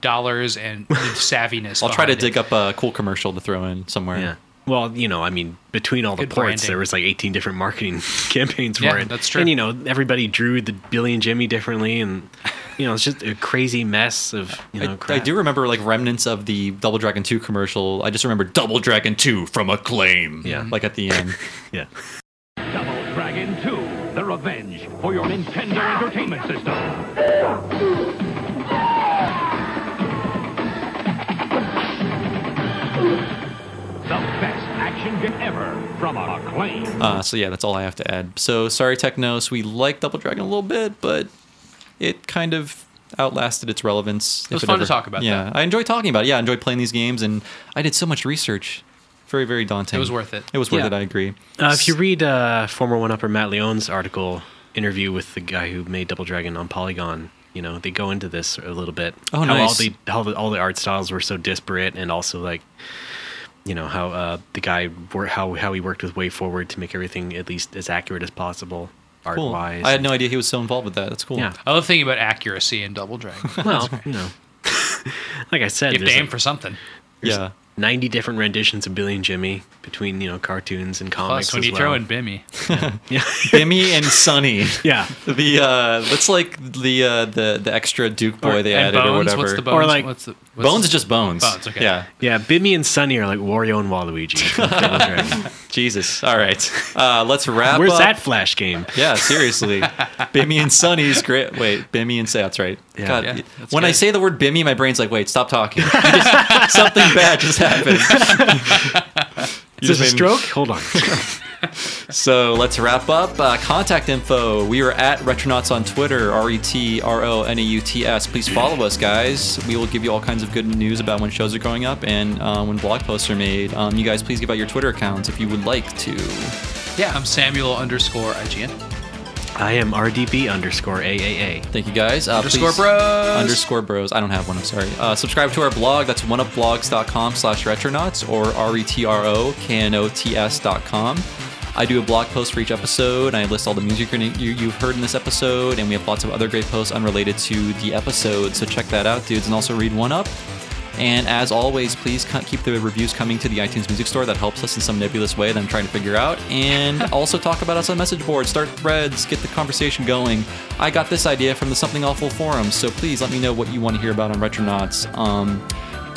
B: dollars and savviness.
A: I'll try to
B: behind it.
A: dig up a cool commercial to throw in somewhere.
C: Yeah. Well, you know, I mean, between all the
B: Good
C: ports,
B: branding.
C: there was like 18 different marketing campaigns for
B: Yeah,
C: it.
B: that's true.
C: And you know, everybody drew the Billy and Jimmy differently, and you know, it's just a crazy mess of you know.
A: I, I
C: Oh, crap.
A: do remember like remnants of the Double Dragon 2 commercial. I just remember Double Dragon 2 from Acclaim.
C: Yeah.
A: Like at the end.
C: Yeah.
F: Double Dragon 2, The Revenge for your Nintendo Entertainment System. The best action game ever from Acclaim.
A: uh, so yeah, that's all I have to add. So sorry, Technos. We like Double Dragon a little bit, but it kind of outlasted its relevance. It
B: was fun to talk about
A: Yeah. I enjoy talking about it. Yeah, I enjoy playing these games, and I did so much research. Very, very daunting.
B: It was worth it.
A: It was worth
C: Yeah.
A: it. I agree.
C: Uh, if you read uh, former One Upper Matt Leone's article interview with the guy who made Double Dragon on Polygon, you know, they go into this a little bit.
A: Oh,
C: how
A: nice.
C: All the, how the all the art styles were so disparate, and also like, you know, how uh, the guy wor- how how he worked with Way Forward to make everything at least as accurate as possible, art
A: Cool.
C: wise.
A: I had no idea he was so involved with that. That's cool.
C: Yeah.
B: I love thinking about accuracy in Double Dragon.
C: Well, you know, like I said,
B: you have
C: there's
B: to aim
C: like
B: for something.
A: Yeah.
C: 90 different renditions of Billy and Jimmy between you know cartoons and comics.
B: Plus, when
C: as
B: you
C: well.
B: throw in Bimmy,
C: yeah,
A: Bimmy and Sunny.
C: yeah.
A: The uh that's like the uh the the extra Duke boy
B: Or-
A: they
B: and
A: added
B: Bones,
A: or whatever.
B: What's the bones?
C: Or like-
B: what's the, what's
A: bones
B: the-
A: is just bones.
B: Bones, okay.
A: Yeah.
C: Yeah, Bimmy and Sunny are like Wario and Waluigi. from Double Dragon.
A: Jesus. All right. Uh let's wrap
C: Where's
A: up.
C: that Flash game?
A: Yeah, seriously. Bimmy and Sunny's great. Wait, Bimmy and Sats, right?
C: Yeah.
A: God,
B: Yeah, that's
A: when I
B: good.
A: say the word Bimmy, my brain's like, wait, stop talking. You just- something bad just happened. You
C: Is this a
A: just made me-
C: stroke? Hold on.
A: So let's wrap up. Uh, contact info. We are at Retronauts on Twitter, R E T R O N A U T S. Please follow us, guys. We will give you all kinds of good news about when shows are going up and uh, when blog posts are made. Um, you guys, please give out your Twitter accounts if you would like to.
B: Yeah, I'm Samuel underscore IGN.
C: I am RDB underscore AAA.
A: Thank you, guys. Uh,
B: Underscore
A: please-
B: bros.
A: Underscore bros. I don't have one. I'm sorry. Uh, subscribe to our blog. That's oneupblogs.com slash retronauts or R E T R O K N O T S dot com. I do a blog post for each episode. I list all the music you're gonna- you, you've heard in this episode, and we have lots of other great posts unrelated to the episode. So check that out, dudes, and also read one up. And as always, please co- keep the reviews coming to the iTunes Music Store. That helps us in some nebulous way that I'm trying to figure out. And also talk about us on message boards, start threads, get the conversation going. I got this idea from the Something Awful forums, so please let me know what you want to hear about on Retronauts. Um,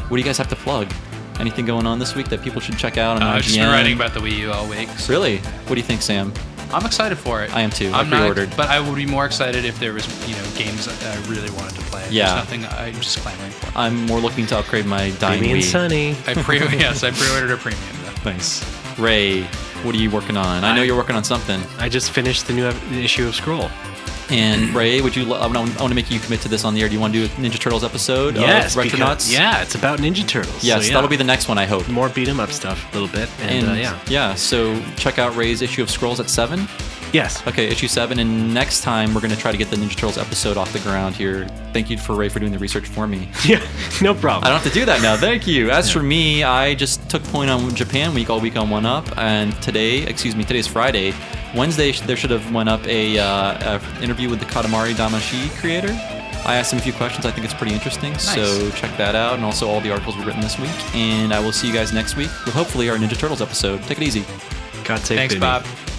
A: what do you guys have to plug? Anything going on this week that people should check out on
B: Uh, I've just been
A: IGN?
B: writing about the Wii U all week. so
A: Really? What do you think, Sam?
B: I'm excited for it.
A: I am too. I
B: I'm not,
A: pre-ordered.
B: but I would be more excited if there was you know games that I really wanted to play.
A: Yeah.
B: There's nothing I'm just clamoring for.
A: I'm more looking to upgrade my dying
C: Bimmy and
A: Wii.
C: Sunny.
B: I pre yes, I pre-ordered a premium though.
A: Nice. Ray, what are you working on? I know you're working on something.
C: I just finished the new ev- issue of Scroll.
A: Oh, And Ray, would you? lo- I want to make you commit to this on the air. Do you want to do a Ninja Turtles episode?
C: yes,
A: of
C: because-
A: Retronauts.
C: yeah, it's about Ninja Turtles. so
A: Yes,
C: yeah.
A: that'll be the next one. I hope.
C: more beat 'em up stuff a little bit. And,
A: And
C: uh, yeah,
A: So check out Ray's issue of Scrolls at seven.
C: yes.
A: Okay, issue seven. And next time we're gonna try to get the Ninja Turtles episode off the ground here. Thank you for Ray for doing the research for me.
C: Yeah, no problem.
A: I don't have to do that now. Thank you. As for me, I just took point on Japan week all week on One Up, and today, excuse me, today's Friday. Wednesday, sh- there should have went up a, uh, a interview with the Katamari Damashi creator. I asked him a few questions. I think it's pretty interesting. So check that out, and also all the articles we've written this week. And I will see you guys next week with hopefully our Ninja Turtles episode. Take it easy.
C: God save
B: Thanks,
C: Bimmy.
B: Bob.